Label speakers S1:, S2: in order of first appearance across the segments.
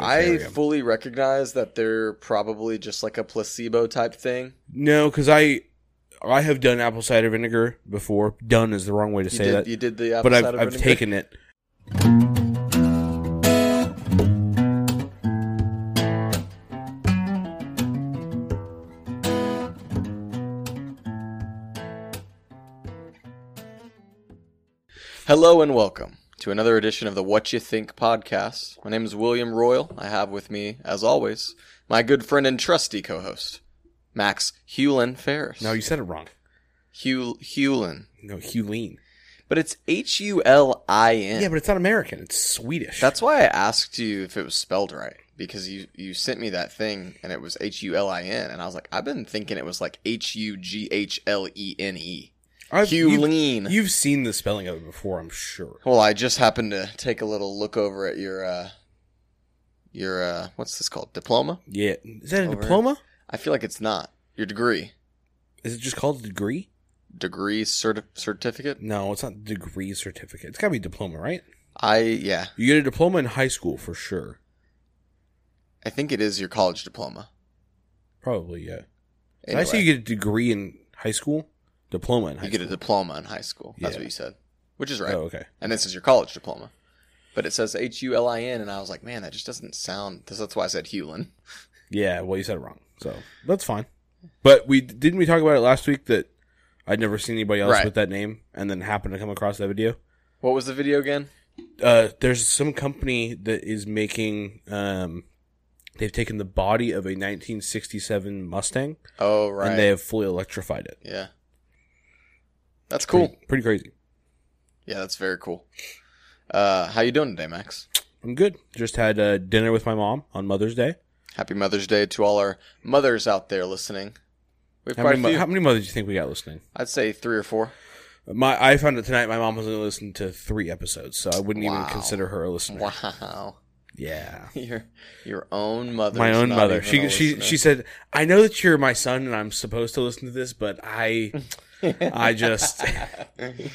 S1: I
S2: Ethereum.
S1: fully recognize that they're probably just like a placebo type thing.
S2: No, because I I have done apple cider vinegar before. Done is the wrong way to
S1: You
S2: say
S1: did,
S2: that,
S1: you did the apple
S2: but I've,
S1: cider
S2: I've
S1: vinegar.
S2: taken it.
S1: Hello and welcome to another edition of the What You Think podcast. My name is William Royal. I have with me, as always, my good friend and trusty co-host, Max Hewlin Ferris.
S2: No, you said it wrong.
S1: Hew- Hewlin,
S2: No, Hulene.
S1: but it's H U L I
S2: Yeah.
S1: N.
S2: but it's not American. It's Swedish.
S1: That's why I asked you if it was spelled right because you you sent me that thing and it was H U L I N and I was like I've been thinking it was like H U G H L E N E.
S2: I've- you've,
S1: Hulene.
S2: you've seen the spelling of it before, I'm sure.
S1: Well, I just happened to take a little look over at your uh your uh what's this called? Diploma?
S2: Yeah, is that a
S1: Over.
S2: diploma?
S1: I feel like it's not. Your degree.
S2: Is it just called a degree?
S1: Degree certi- certificate?
S2: No, it's not a degree certificate. It's got to be a diploma, right?
S1: I yeah,
S2: You get a diploma in high school for sure.
S1: I think it is your college diploma.
S2: Probably, yeah. Did I
S1: Anyway,
S2: say you get a degree in high school? Diploma in high
S1: you get a
S2: school.
S1: diploma in high school. That's
S2: Yeah.
S1: what you said. Which is right.
S2: Oh, okay.
S1: and this is your college diploma. But it says H U L I N, and I was like, man, that just doesn't sound. That's why I said Hewlin.
S2: Yeah, well, you said it wrong, so that's fine. But we didn't we talk about it last week that I'd never seen anybody else
S1: Right.
S2: with that name, and then happened to come across that video.
S1: What was the video again?
S2: Uh, there's some company that is making. Um, they've taken the body of a 1967 Mustang
S1: Oh, right.
S2: and they have fully electrified it.
S1: yeah. That's cool.
S2: Pretty, pretty crazy.
S1: Yeah, that's very cool. Uh, how you doing today, Max?
S2: I'm good. Just had uh, dinner with my mom on Mother's Day.
S1: Happy Mother's Day to all our mothers out there listening. We've
S2: How
S1: quite
S2: many,
S1: a
S2: mo-
S1: few.
S2: how many mothers do you think we got listening?
S1: I'd say three or four.
S2: My I found it tonight. My mom was only listening to three episodes, so I wouldn't even
S1: Wow.
S2: consider her a listener.
S1: Wow,
S2: Yeah.
S1: your your own mother.
S2: my own mother. She she she said, "I know that you're my son and I'm supposed to listen to this, but I I just
S1: Hey, you,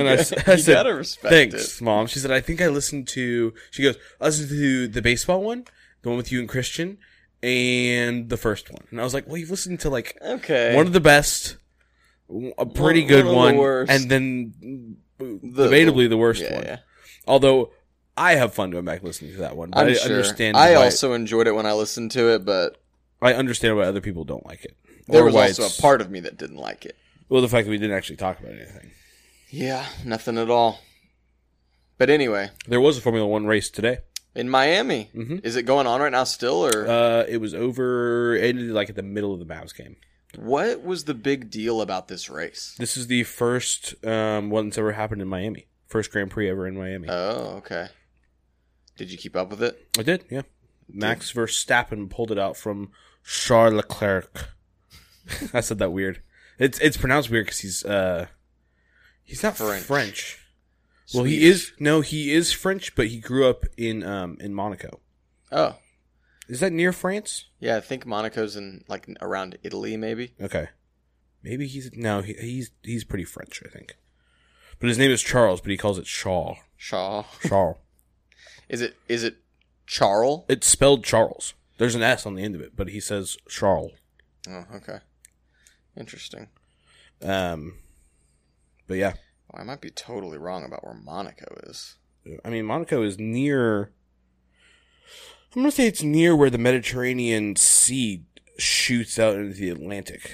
S2: And I
S1: got,
S2: s- I
S1: you
S2: said,
S1: gotta respect it.
S2: thanks, mom." She said, "I think I listened to." She goes, "I listened to the baseball one, the one with you and Christian, and the first one." And I was like, "Well, you've listened to like
S1: Okay.
S2: one of the best, a pretty
S1: One-
S2: good
S1: one of the
S2: one,
S1: worst.
S2: and then debatably the worst
S1: yeah,
S2: one."
S1: yeah.
S2: Although I have fun going back and listening to that one. But
S1: I'm
S2: i
S1: sure.
S2: understand.
S1: I
S2: why-
S1: also enjoyed it when I listened to it, but
S2: I understand why other people don't like it.
S1: there
S2: Or
S1: was
S2: why
S1: also
S2: it's-
S1: a part of me that didn't like it.
S2: Well, the fact that we didn't actually talk about anything.
S1: Yeah, nothing at all. But anyway,
S2: There was a Formula One race today.
S1: in Miami,
S2: Mhm.
S1: is it going on right now still, or
S2: Uh, it was over. It ended like at the middle of the Mavs game.
S1: what was the big deal about this race?
S2: This is the first um, one that's ever happened in Miami. First Grand Prix ever in Miami.
S1: Oh, okay. Did you keep up with it?
S2: I did, yeah. Max Verstappen pulled it out from Charles Leclerc. I said that weird. It's it's pronounced weird because he's uh he's not
S1: French.
S2: French. Well, he
S1: Swedish.
S2: is no, he is French, but he grew up in um in Monaco.
S1: Oh,
S2: Is that near France?
S1: yeah. I think Monaco's in like around Italy, maybe.
S2: Okay. Maybe he's no, he, he's he's pretty French, I think. But his name is Charles, but he calls it Shaw.
S1: Shaw.
S2: Charles.
S1: Is it? Is it Charles?
S2: it's spelled Charles. There's an S on the end of it, but he says Charles.
S1: Oh, okay. Interesting.
S2: Um but yeah.
S1: Well, I might be totally wrong about where Monaco is.
S2: I mean Monaco is near I'm gonna say it's near where the Mediterranean Sea shoots out into the Atlantic.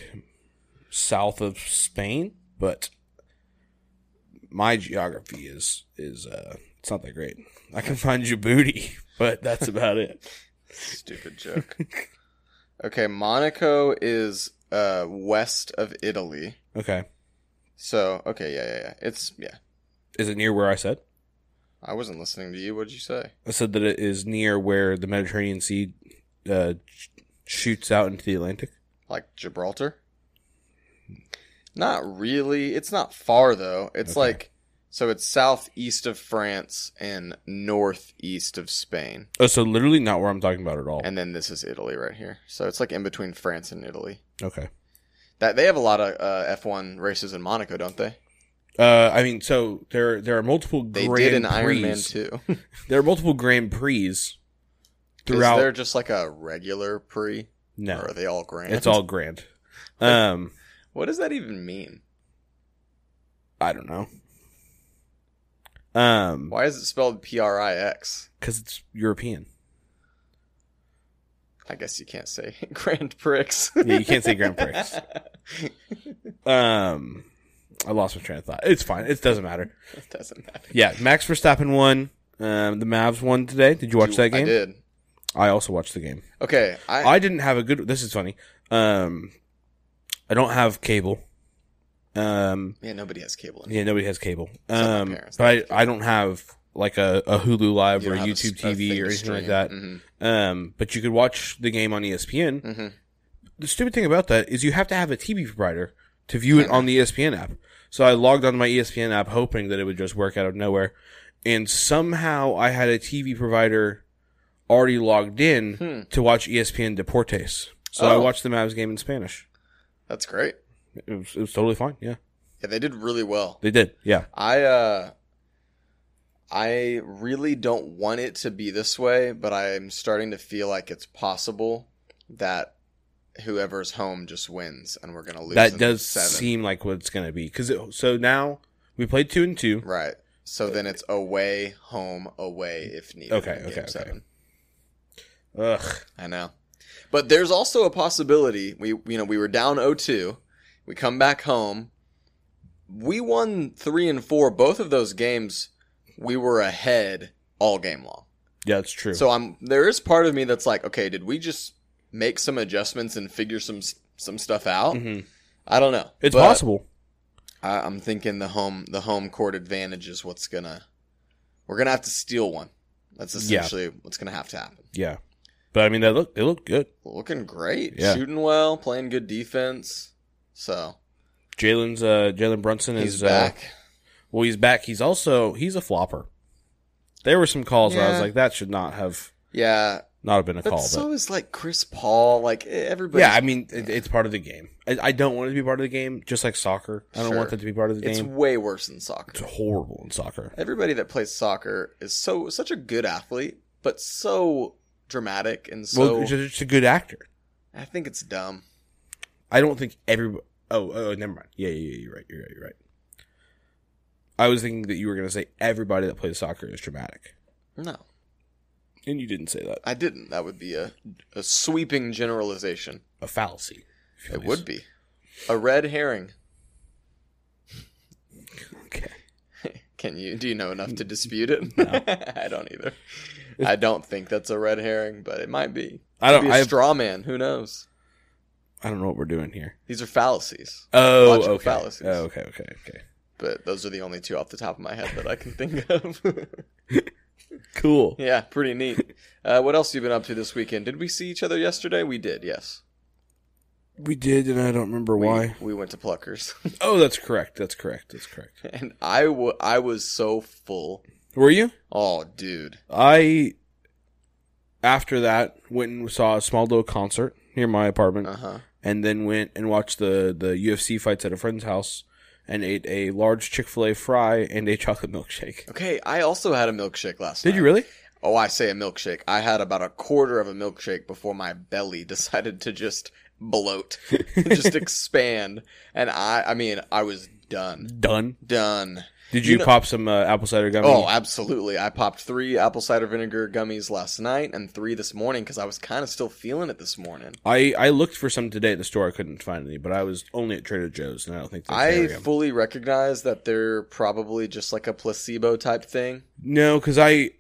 S2: South of Spain, but my geography is is uh it's not that great. I can find Djibouti, but that's about it.
S1: Stupid joke. okay, Monaco is uh west of Italy.
S2: Okay.
S1: So okay, yeah, yeah, yeah. It's yeah.
S2: Is it near where I said?
S1: I wasn't listening to you. What did you say?
S2: I said that it is near where the Mediterranean Sea uh, sh- shoots out into the Atlantic.
S1: Like Gibraltar? Not really. It's not far though. It's
S2: Okay.
S1: like so it's southeast of France and northeast of Spain.
S2: Oh, so literally not where I'm talking about at all.
S1: And then this is Italy right here. So it's like in between France and Italy.
S2: Okay.
S1: That they have a lot of uh, F1 races in Monaco, don't they?
S2: Uh, I mean, so there there are multiple
S1: They
S2: Grand
S1: did in
S2: Prix.
S1: Iron Man 2.
S2: There are multiple Grand Prix
S1: Is
S2: throughout.
S1: there just like a regular pre,
S2: no,
S1: or are they all grand?
S2: it's all grand. Um,
S1: What does that even mean?
S2: I don't know. Um,
S1: Why is it spelled P R I X?
S2: because it's European.
S1: I guess you can't say Grand Prix.
S2: Yeah, you can't say Grand Prix. Um, I lost my train of thought. It's fine. It doesn't matter.
S1: it doesn't matter.
S2: Yeah, Max Verstappen won. Um, the Mavs won today. Did you watch that
S1: I
S2: game?
S1: did.
S2: I also watched the game.
S1: Okay, I,
S2: I didn't have a good. This is funny. Um, I don't have cable. Um,
S1: yeah, nobody has cable. in
S2: yeah, nobody has cable.
S1: Except my
S2: Um,
S1: parents.
S2: but I, I don't have like a, a Hulu Live
S1: You
S2: or
S1: don't have
S2: a
S1: a
S2: YouTube
S1: s- a
S2: TV
S1: thing
S2: or
S1: to
S2: anything like
S1: stream.
S2: that.
S1: Mhm,
S2: Um, but you could watch the game on E ESPN.
S1: mhm.
S2: The stupid thing about that is you have to have a TV provider to view it on the E ESPN app. So I logged on my E ESPN app hoping that it would just work out of nowhere, and somehow I had a TV provider already logged in
S1: Hmm.
S2: to watch E ESPN Deportes. So I
S1: Oh.
S2: watched the Mavs game in Spanish.
S1: That's great.
S2: It was, it was totally fine. Yeah,
S1: Yeah, they did really well.
S2: they did. Yeah,
S1: I uh I really don't want it to be this way, but I'm starting to feel like it's possible that whoever's home just wins and we're going to lose
S2: that
S1: in
S2: does
S1: seven.
S2: seem like what it's going to be. Because so now we played two and two.
S1: right. So then it's away, home, away if needed.
S2: Okay,
S1: in game
S2: okay, okay.
S1: seven.
S2: Ugh.
S1: I know. But there's also a possibility we you know we were down 0-2. We come back home. We won 3 and 4 both of those games. We were ahead all game long.
S2: Yeah, it's true.
S1: So I'm there is part of me that's like, okay, did we just make some adjustments and figure some s- some stuff out?
S2: Mhm.
S1: I don't know.
S2: it's
S1: But
S2: possible.
S1: I, I'm thinking the home the home court advantage is what's gonna we're gonna have to steal one. That's
S2: Yeah.
S1: essentially what's gonna have to happen.
S2: Yeah, but I mean, they look they look good.
S1: Looking great,
S2: Yeah.
S1: shooting well, playing good defense. So
S2: Jalen's uh, Jalen Brunson
S1: he's
S2: is Uh,
S1: back.
S2: well, he's back. He's also he's a flopper. There were some calls where I was
S1: Yeah.
S2: like, that should not have
S1: yeah,
S2: not have been a
S1: but
S2: call.
S1: so is like Chris Paul. Like eh,
S2: but
S1: everybody.
S2: yeah, I mean, it, it's part of the game. I, I don't want it to be part of the game. Just like soccer, I don't
S1: Sure.
S2: want that to be part of the
S1: it's
S2: game.
S1: way worse than soccer.
S2: It's horrible in soccer.
S1: everybody that plays soccer is so such a good athlete, but so dramatic and so
S2: well, it's just a good actor.
S1: I think it's dumb.
S2: I don't think everybody. Oh, oh, never mind. Yeah, yeah, yeah, you're right. You're right. You're right. I was thinking that you were going to say everybody that plays soccer is dramatic,
S1: No,
S2: and you didn't say that.
S1: I didn't. That would be a a sweeping generalization.
S2: A fallacy. if you
S1: It
S2: please.
S1: would be a red herring.
S2: Okay.
S1: Can you do you know enough to dispute it? I don't either.
S2: It's-
S1: I don't think that's a red herring, but it might be.
S2: I don't.
S1: Could be a
S2: I, have,
S1: straw man. Who knows?
S2: I don't know what we're doing here.
S1: These are fallacies,
S2: Oh,
S1: Logical
S2: okay.
S1: fallacies.
S2: Oh, okay. Okay. Okay.
S1: but those are the only two off the top of my head that I can think of.
S2: Cool.
S1: Yeah, pretty neat. Uh, what else you been up to this weekend? Did we see each other yesterday? We did, yes.
S2: We did, and I don't remember
S1: We,
S2: why.
S1: We went to Pluckers,
S2: Oh, that's correct. That's correct. That's correct.
S1: and I wa- I was so full.
S2: Were you?
S1: Oh, dude,
S2: I. After that, went and saw a small little concert near my apartment.
S1: uh huh.
S2: and then went and watched the the UFC fights at a friend's house and ate a large Chick-fil-A fry and a chocolate milkshake.
S1: Okay, I also had a milkshake last night.
S2: Did you really?
S1: Oh, I say a milkshake. I had about a quarter of a milkshake before my belly decided to just bloat, just expand, and I I mean I was done,
S2: Done.
S1: done.
S2: Did
S1: You
S2: you,
S1: know-
S2: pop some uh, apple cider gummy?
S1: Oh, absolutely. I popped three apple cider vinegar gummies last night and three this morning because I was kind of still feeling it this morning.
S2: I I looked for some today at the store. I couldn't find any, but I was only at Trader Joe's, and I don't think they
S1: I
S2: carry 'em.
S1: fully recognize that they're probably just like a placebo type thing.
S2: no, because I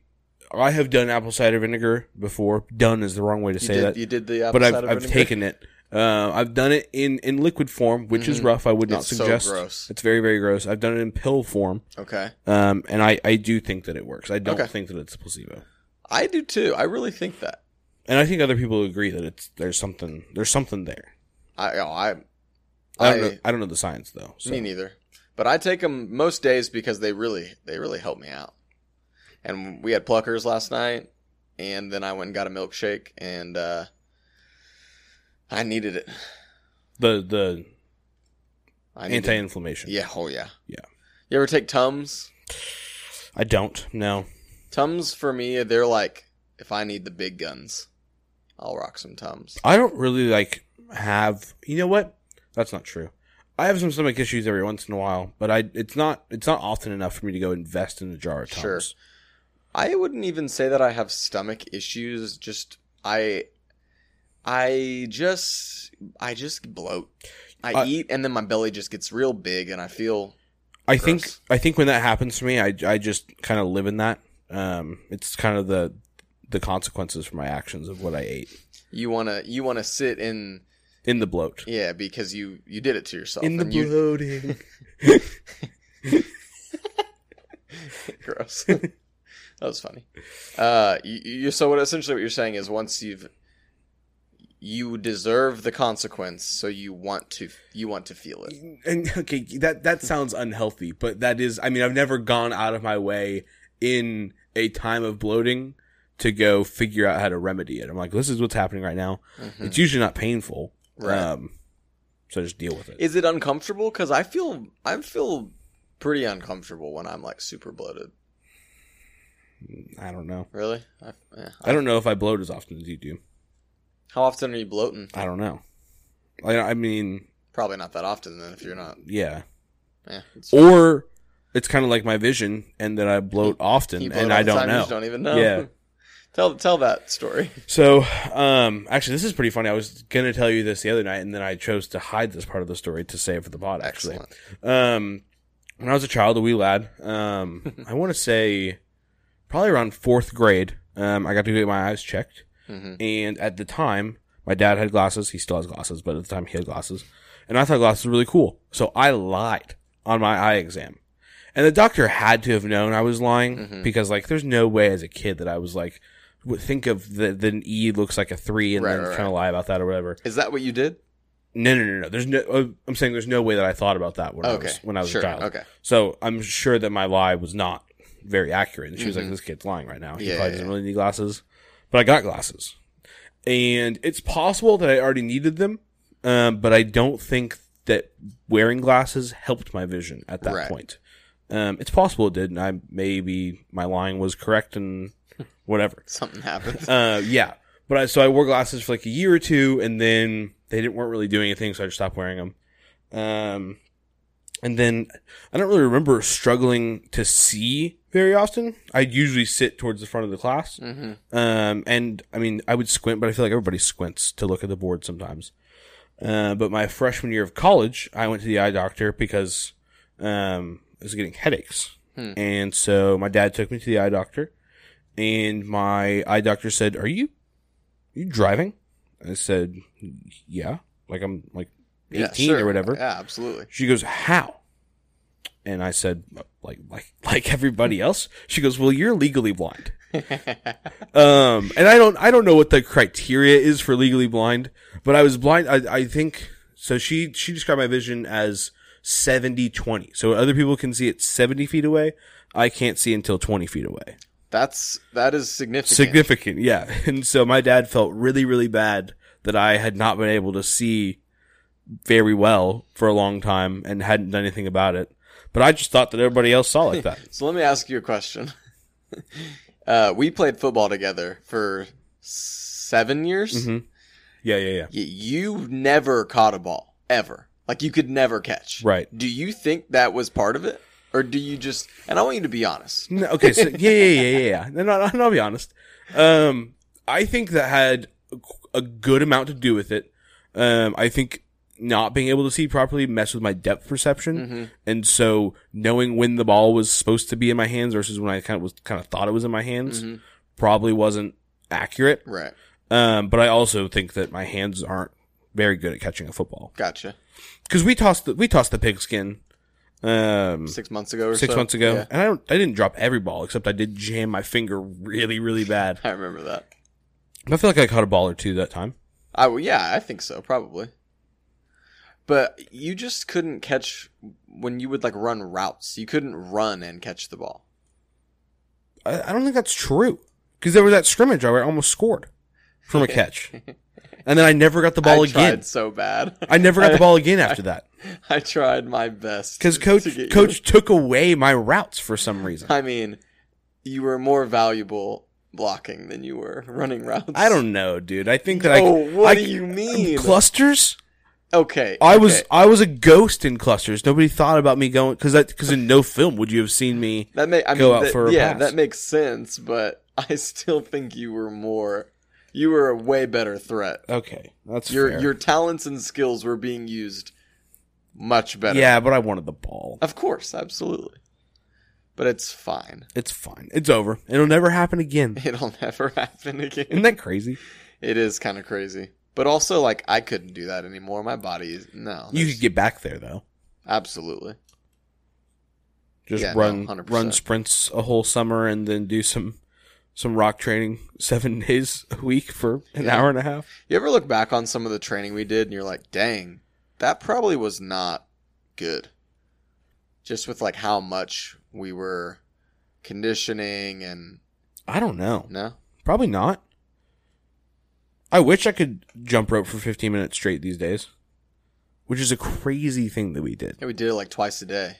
S2: I have done apple cider vinegar before. Done is the wrong way to
S1: You
S2: say
S1: did,
S2: that,
S1: you did the apple
S2: but I've
S1: cider
S2: I've
S1: vinegar.
S2: taken it. Uh, I've done it in, in liquid form, which is
S1: Mhm.
S2: rough. I would not
S1: It's so
S2: suggest.
S1: gross.
S2: It's very very gross. I've done it in pill form.
S1: Okay,
S2: Um, and I, I do think that it works. I don't
S1: Okay.
S2: think that it's a placebo.
S1: I do too. I really think that.
S2: And I think other people agree that it's there's something there's something there.
S1: I oh, I
S2: I don't,
S1: I-
S2: know, I don't know the science though. So.
S1: me neither. But I take them most days because they really they really help me out. And we had pluckers last night, and then I went and got a milkshake, and uh, I needed it.
S2: the the
S1: I needed
S2: anti-inflammation.
S1: Yeah, oh yeah.
S2: Yeah.
S1: You ever take Tums?
S2: I don't. No.
S1: Tums for me, they're like if I need the big guns, I'll rock some Tums.
S2: I don't really like have. You know what? That's not true. I have some stomach issues every once in a while, but I it's not it's not often enough for me to go invest in a jar of Tums.
S1: Sure. I wouldn't even say that I have stomach issues. Just I, I just I just bloat. I
S2: I-
S1: eat and then my belly just gets real big and I feel
S2: I think
S1: Gross.
S2: I think when that happens to me, I I just kind of live in that. Um, it's kind of the the consequences for my actions of what I ate
S1: you wanna you wanna sit in
S2: in the bloat.
S1: yeah because you you did it to yourself and you
S2: bloating.
S1: gross. that was funny. Uh, you, you so what essentially what you're saying is once you've you deserve the consequence, so you want to you want to feel it.
S2: And okay, that that sounds unhealthy, but that is. I mean, I've never gone out of my way in a time of bloating to go figure out how to remedy it. I'm like, this is what's happening right now.
S1: Mhm.
S2: It's usually not painful,
S1: Right.
S2: Um, so just deal with it.
S1: Is it uncomfortable? Because I feel I feel pretty uncomfortable when I'm like super bloated.
S2: I don't know.
S1: Really? I, yeah.
S2: I don't know if I bloat as often as you do.
S1: How often are you bloating?
S2: I don't know. I, I mean,
S1: Probably not that often. Then if you're not,
S2: yeah.
S1: yeah. It's,
S2: Or it's kind of like my vision, and that I bloat often,
S1: you bloat
S2: and
S1: all
S2: I
S1: the
S2: don't
S1: time, You
S2: know.
S1: just don't even know.
S2: Yeah.
S1: tell tell that story.
S2: So, um, actually, this is pretty funny. I was gonna tell you this the other night, and then I chose to hide this part of the story to save for the pod. Actually,
S1: Excellent.
S2: um, when I was a child, a wee lad, um, I want to say probably around fourth grade, um, I got to get my eyes checked.
S1: hmm
S2: And at the time, my dad had glasses. He still has glasses, but at the time he had glasses. And I thought glasses were really cool. So I lied on my eye exam. And the doctor had to have known I was lying
S1: Mhm.
S2: because like there's no way as a kid that I was like, would think of the, the E looks like a three and
S1: Right,
S2: then
S1: right,
S2: kind of lie about that or whatever.
S1: Is that what you did?
S2: No, no, no, no. There's no, uh, I'm saying there's no way that I thought about that when I
S1: Okay.
S2: was, when I was
S1: sure.
S2: a child.
S1: Okay.
S2: So I'm sure that my lie was not very accurate. And she was
S1: Mhm.
S2: like, this kid's lying right now. He
S1: Yeah,
S2: probably
S1: yeah,
S2: doesn't
S1: yeah.
S2: really need glasses. But I got glasses. And it's possible that I already needed them, um, but I don't think that wearing glasses helped my vision at that
S1: Right.
S2: point. Um, it's possible it did, and I maybe my lying was correct and
S1: Hmm.
S2: whatever.
S1: Something happened.
S2: Uh, yeah, but I, so I wore glasses for like a year or two, and then they didn't weren't really doing anything, so I just stopped wearing them. Um, and then I don't really remember struggling to see very often. I'd usually sit towards the front of the class,
S1: hmm
S2: um, and I mean I would squint, but I feel like everybody squints to look at the board sometimes. Uh, but my freshman year of college, I went to the eye doctor because um, I was getting headaches,
S1: Hmm.
S2: and so my dad took me to the eye doctor, and my eye doctor said, "Are you, you driving?" I said, "Yeah, like I'm like eighteen
S1: Yeah, sure.
S2: or whatever."
S1: Yeah, absolutely.
S2: She goes, "How?" And I said, "Like like like everybody else." She goes, "Well, you're legally blind." um, and I don't I don't know what the criteria is for legally blind, but I was blind. I I think so. She she described my vision as 70 20 so other people can see it 70 feet away i can't see until 20 feet away
S1: That's that is significant.
S2: significant yeah and so my dad felt really really bad that i had not been able to see very well for a long time and hadn't done anything about it but i just thought that everybody else saw like that
S1: so let me ask you a question. uh, we played football together for seven years.
S2: Mhm. yeah yeah yeah
S1: Y- you never caught a ball ever. Like you could never catch.
S2: right
S1: Do you think that was part of it, or do you just? And I want you to be honest.
S2: No, okay, so yeah, yeah, yeah, yeah, yeah. No, no, no, I'll be honest. Um, I think that had a qu- a good amount to do with it. Um, I think not being able to see properly messed with my depth perception,
S1: Mm-hmm.
S2: and so knowing when the ball was supposed to be in my hands versus when I kind of was kind of thought it was in my hands
S1: Mhm.
S2: probably wasn't accurate.
S1: Right.
S2: Um, but I also think that my hands aren't very good at catching a football
S1: Gotcha.
S2: because we tossed the, we tossed the pigskin. Um,
S1: Six months ago or
S2: six
S1: so?
S2: months ago,
S1: Yeah,
S2: and I don't, I didn't drop every ball except I did jam my finger really, really bad.
S1: I remember that.
S2: I feel like I caught a ball or two that time.
S1: I w- yeah, I think so, probably. But you just couldn't catch when you would like run routes. You couldn't run and catch the ball.
S2: I, I don't think that's true because there was that scrimmage where I almost scored from a catch, and then I never got the ball
S1: I tried
S2: again.
S1: so bad.
S2: I never got the ball again after that
S1: I tried my best
S2: because
S1: to
S2: coach
S1: get you.
S2: coach took away my routes for some reason.
S1: I mean, you were more valuable, blocking than you were running routes.
S2: I don't know, dude. I think that
S1: oh,
S2: I.
S1: what
S2: I,
S1: do you mean?
S2: Clusters.
S1: okay,
S2: I was
S1: okay.
S2: I was a ghost in clusters. Nobody thought about me going because because in no film would you have seen me.
S1: that may I
S2: go
S1: mean,
S2: out
S1: that-
S2: for a
S1: yeah,
S2: pass.
S1: that makes sense, but I still think you were more. You were a way better threat.
S2: Okay, that's
S1: Your
S2: fair.
S1: your talents and skills were being used much better.
S2: yeah, but I wanted the ball.
S1: of course, absolutely. But it's fine.
S2: It's fine. It's over. It'll never happen again.
S1: It'll never happen again.
S2: Isn't that crazy?
S1: It is kind of crazy, but also like I couldn't do that anymore. My body is no.
S2: You
S1: there's-
S2: could get back there though.
S1: absolutely.
S2: Just
S1: Yeah, no,
S2: run
S1: 100%.
S2: run sprints a whole summer and then do some some rock training seven days a week for an
S1: Yeah.
S2: hour and a half.
S1: You ever look back on some of the training we did and you're like, dang, that probably was not good. Just with like how much we were conditioning and
S2: I don't know.
S1: no,
S2: Probably not. I wish I could jump rope for 15 minutes straight these days, which is a crazy thing that we did.
S1: yeah, we did it like twice a day.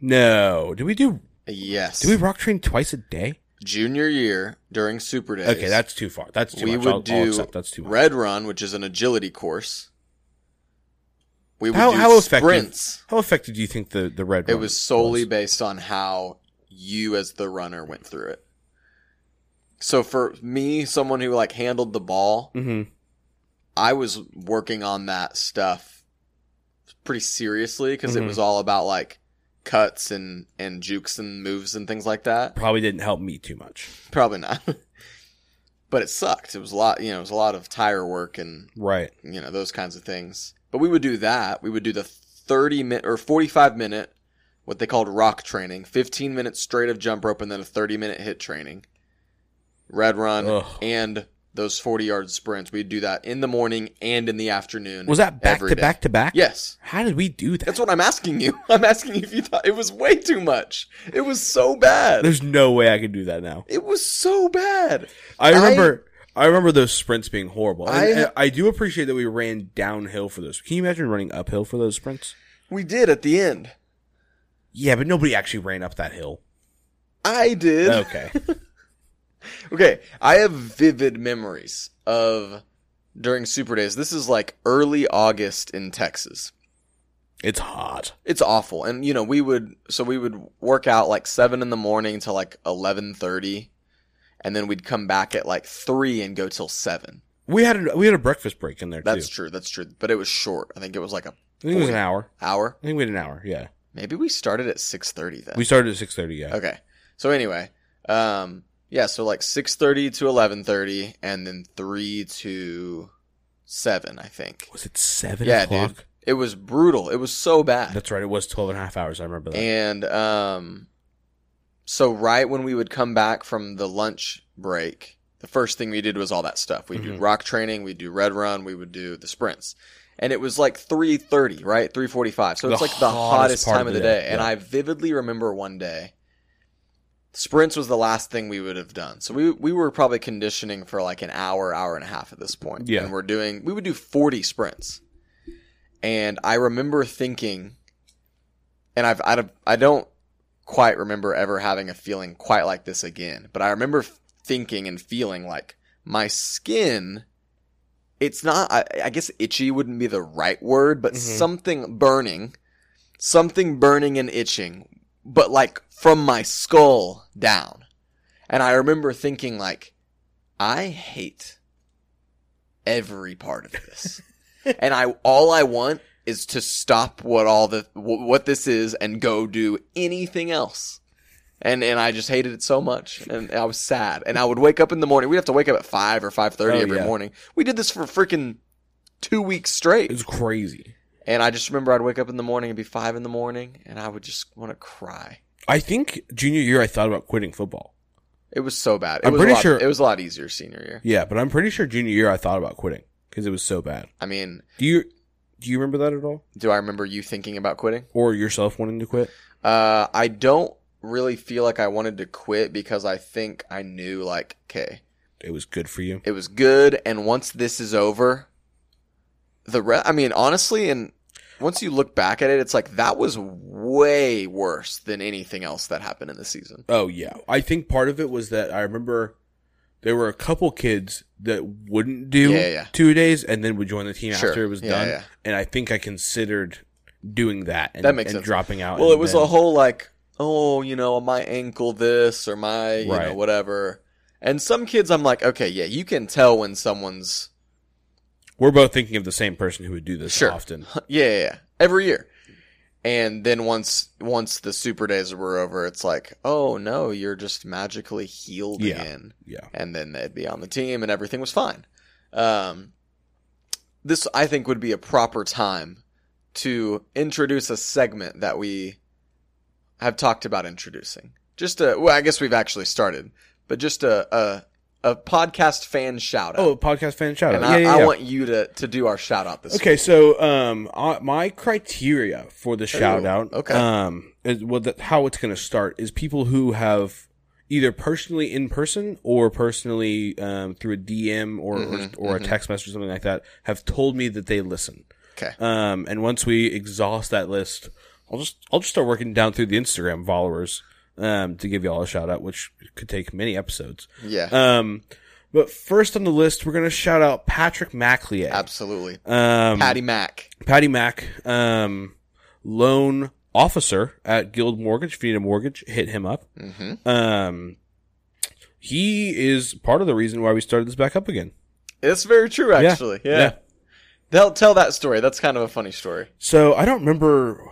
S2: No, did we do?
S1: Yes,
S2: Did we rock train twice a day?
S1: junior year during Super Days.
S2: Okay, that's too far. That's too
S1: we
S2: much.
S1: would
S2: I'll,
S1: do
S2: I'll accept that's too much.
S1: Red Run, which is an agility course. We would
S2: How-
S1: do
S2: how effective-
S1: sprints.
S2: How effective do you think the the red?
S1: It
S2: run
S1: was solely based on how you as the runner went through it. So for me, someone who like handled the ball,
S2: Mhm.
S1: I was working on that stuff pretty seriously because it
S2: Mhm.
S1: was all about like cuts and and jukes and moves and things like that.
S2: Probably didn't help me too much.
S1: Probably not. but it sucked. It was a lot, you know, it was a lot of tire work and
S2: Right.
S1: you know those kinds of things but we would do that we would do the 30 minute or 45 minute what they called rock training 15 minutes straight of jump rope and then a 30 minute hit training red run
S2: Ugh.
S1: and those 40 yard sprints we'd do that in the morning and in the afternoon
S2: Was that back
S1: every
S2: to
S1: day.
S2: back to back?
S1: yes
S2: How did we do that?
S1: that's what i'm asking you i'm asking you if you thought it was way too much it was so bad
S2: There's no way I could do that now.
S1: it was so bad
S2: I remember. I, remember those sprints being horrible. And-
S1: I-
S2: and I do appreciate that we ran downhill for those. Can you imagine running uphill for those sprints?
S1: we did at the end
S2: Yeah, but nobody actually ran up that hill.
S1: i did
S2: Okay.
S1: Okay, I have vivid memories of during Super Days. This is like early August in Texas.
S2: it's hot.
S1: It's awful, and you know we would so we would work out like seven in the morning to like eleven thirty, and then we'd come back at like three and go till seven.
S2: We had a, we had a breakfast break in there
S1: That's
S2: too.
S1: true. That's true. But it was short. I think it was like a
S2: I think it was an hour.
S1: hour.
S2: I think we had an hour. Yeah,
S1: Maybe we started at six thirty then.
S2: we started at six thirty. Yeah,
S1: Okay. So anyway, um, yeah. So like six thirty to eleven thirty, and then three to seven, I think.
S2: was it seven
S1: Yeah,
S2: o'clock?
S1: dude. It was brutal. It was so bad.
S2: That's right. It was 12 and a half hours. I remember that.
S1: And um, so right when we would come back from the lunch break, the first thing we did was all that stuff. We would do
S2: Mhm.
S1: rock training, we would do red run, we would do the sprints, and it was like three thirty, right, three forty five. So
S2: The
S1: it's like the
S2: hottest
S1: hottest,
S2: part
S1: time of the day. And
S2: yeah.
S1: I vividly remember one day. Sprints was the last thing we would have done. So we we were probably conditioning for like an hour, hour and a half at this point.
S2: Yeah.
S1: And we're doing we would do 40 sprints. And I remember thinking and I've, I've I don't quite remember ever having a feeling quite like this again, but I remember f- thinking and feeling like my skin. It's not. I, I guess itchy wouldn't be the right word, but
S2: Mhm.
S1: something burning, something burning and itching, but like from my skull down. And I remember thinking like, I hate every part of this, and I all I want is to stop what all the wh- what this is and go do anything else. And and I just hated it so much, and I was sad. And I would wake up in the morning. We'd have to wake up at five or five thirty
S2: Oh,
S1: every
S2: yeah.
S1: morning. We did this for freaking two weeks
S2: it was
S1: straight.
S2: crazy.
S1: And I just remember I'd wake up in the morning. It'd be five in the morning, and I would just want to cry.
S2: I think junior year I thought about quitting football.
S1: It was so bad. It
S2: I'm
S1: was
S2: pretty
S1: a lot,
S2: sure-
S1: it was a lot easier senior year.
S2: Yeah, but I'm pretty sure junior year I thought about quitting because it was so bad.
S1: I mean,
S2: Do you do you remember that at all,
S1: do I remember you thinking about quitting?
S2: or yourself wanting to quit?
S1: Uh, I don't really feel like I wanted to quit because I think I knew like, okay,
S2: It was good for you.
S1: it was good and once this is over the re- i mean honestly and once you look back at it it's like that was way worse than anything else that happened in the season
S2: Oh yeah, I think part of it was that I remember there were a couple kids that wouldn't do
S1: Yeah, yeah.
S2: two days and then would join the team
S1: Sure.
S2: after it was
S1: Yeah,
S2: done.
S1: yeah.
S2: And I think I considered doing that and,
S1: That makes
S2: and
S1: sense.
S2: dropping out.
S1: Well,
S2: and
S1: it was
S2: then-
S1: a whole like, oh, you know, my ankle this or my, you know,
S2: Right.
S1: whatever. And some kids, I'm like, okay, yeah, you can tell when someone's
S2: We're both thinking of the same person who would do this
S1: Sure.
S2: often.
S1: yeah, yeah, yeah, every year. And then once once the super days were over, it's like, oh no, you're just magically healed
S2: Yeah.
S1: again.
S2: Yeah.
S1: and then they'd be on the team and everything was fine. Um, this I think would be a proper time to introduce a segment that we have talked about introducing. Just a well, I guess we've actually started, but just a a, a podcast fan shout out.
S2: Oh, podcast fan shout out.
S1: and
S2: Yeah,
S1: I,
S2: yeah,
S1: I
S2: yeah.
S1: want you to to do our shout out this
S2: Okay, so um, uh, my criteria for the shout out,
S1: okay.
S2: um, is well, the, how it's going to start is people who have either personally in person or personally um, through a DM or
S1: Mhm,
S2: or, or
S1: mhm.
S2: a text message or something like that have told me that they listen.
S1: Okay.
S2: Um, and once we exhaust that list, I'll just I'll just start working down through the Instagram followers um, to give y'all a shout out, which could take many episodes.
S1: week. Yeah,
S2: Um, but first on the list, we're going to shout out Patrick Maclier.
S1: absolutely.
S2: Um,
S1: Patty Mack.
S2: Patty Mack, um, loan officer at Guild Mortgage. If you need a mortgage, hit him up.
S1: hmm
S2: Um, he is part of the reason why we started this back up again.
S1: It's very true,
S2: Yeah,
S1: actually. Yeah. They'll tell that story. That's kind of a funny story.
S2: So I don't remember.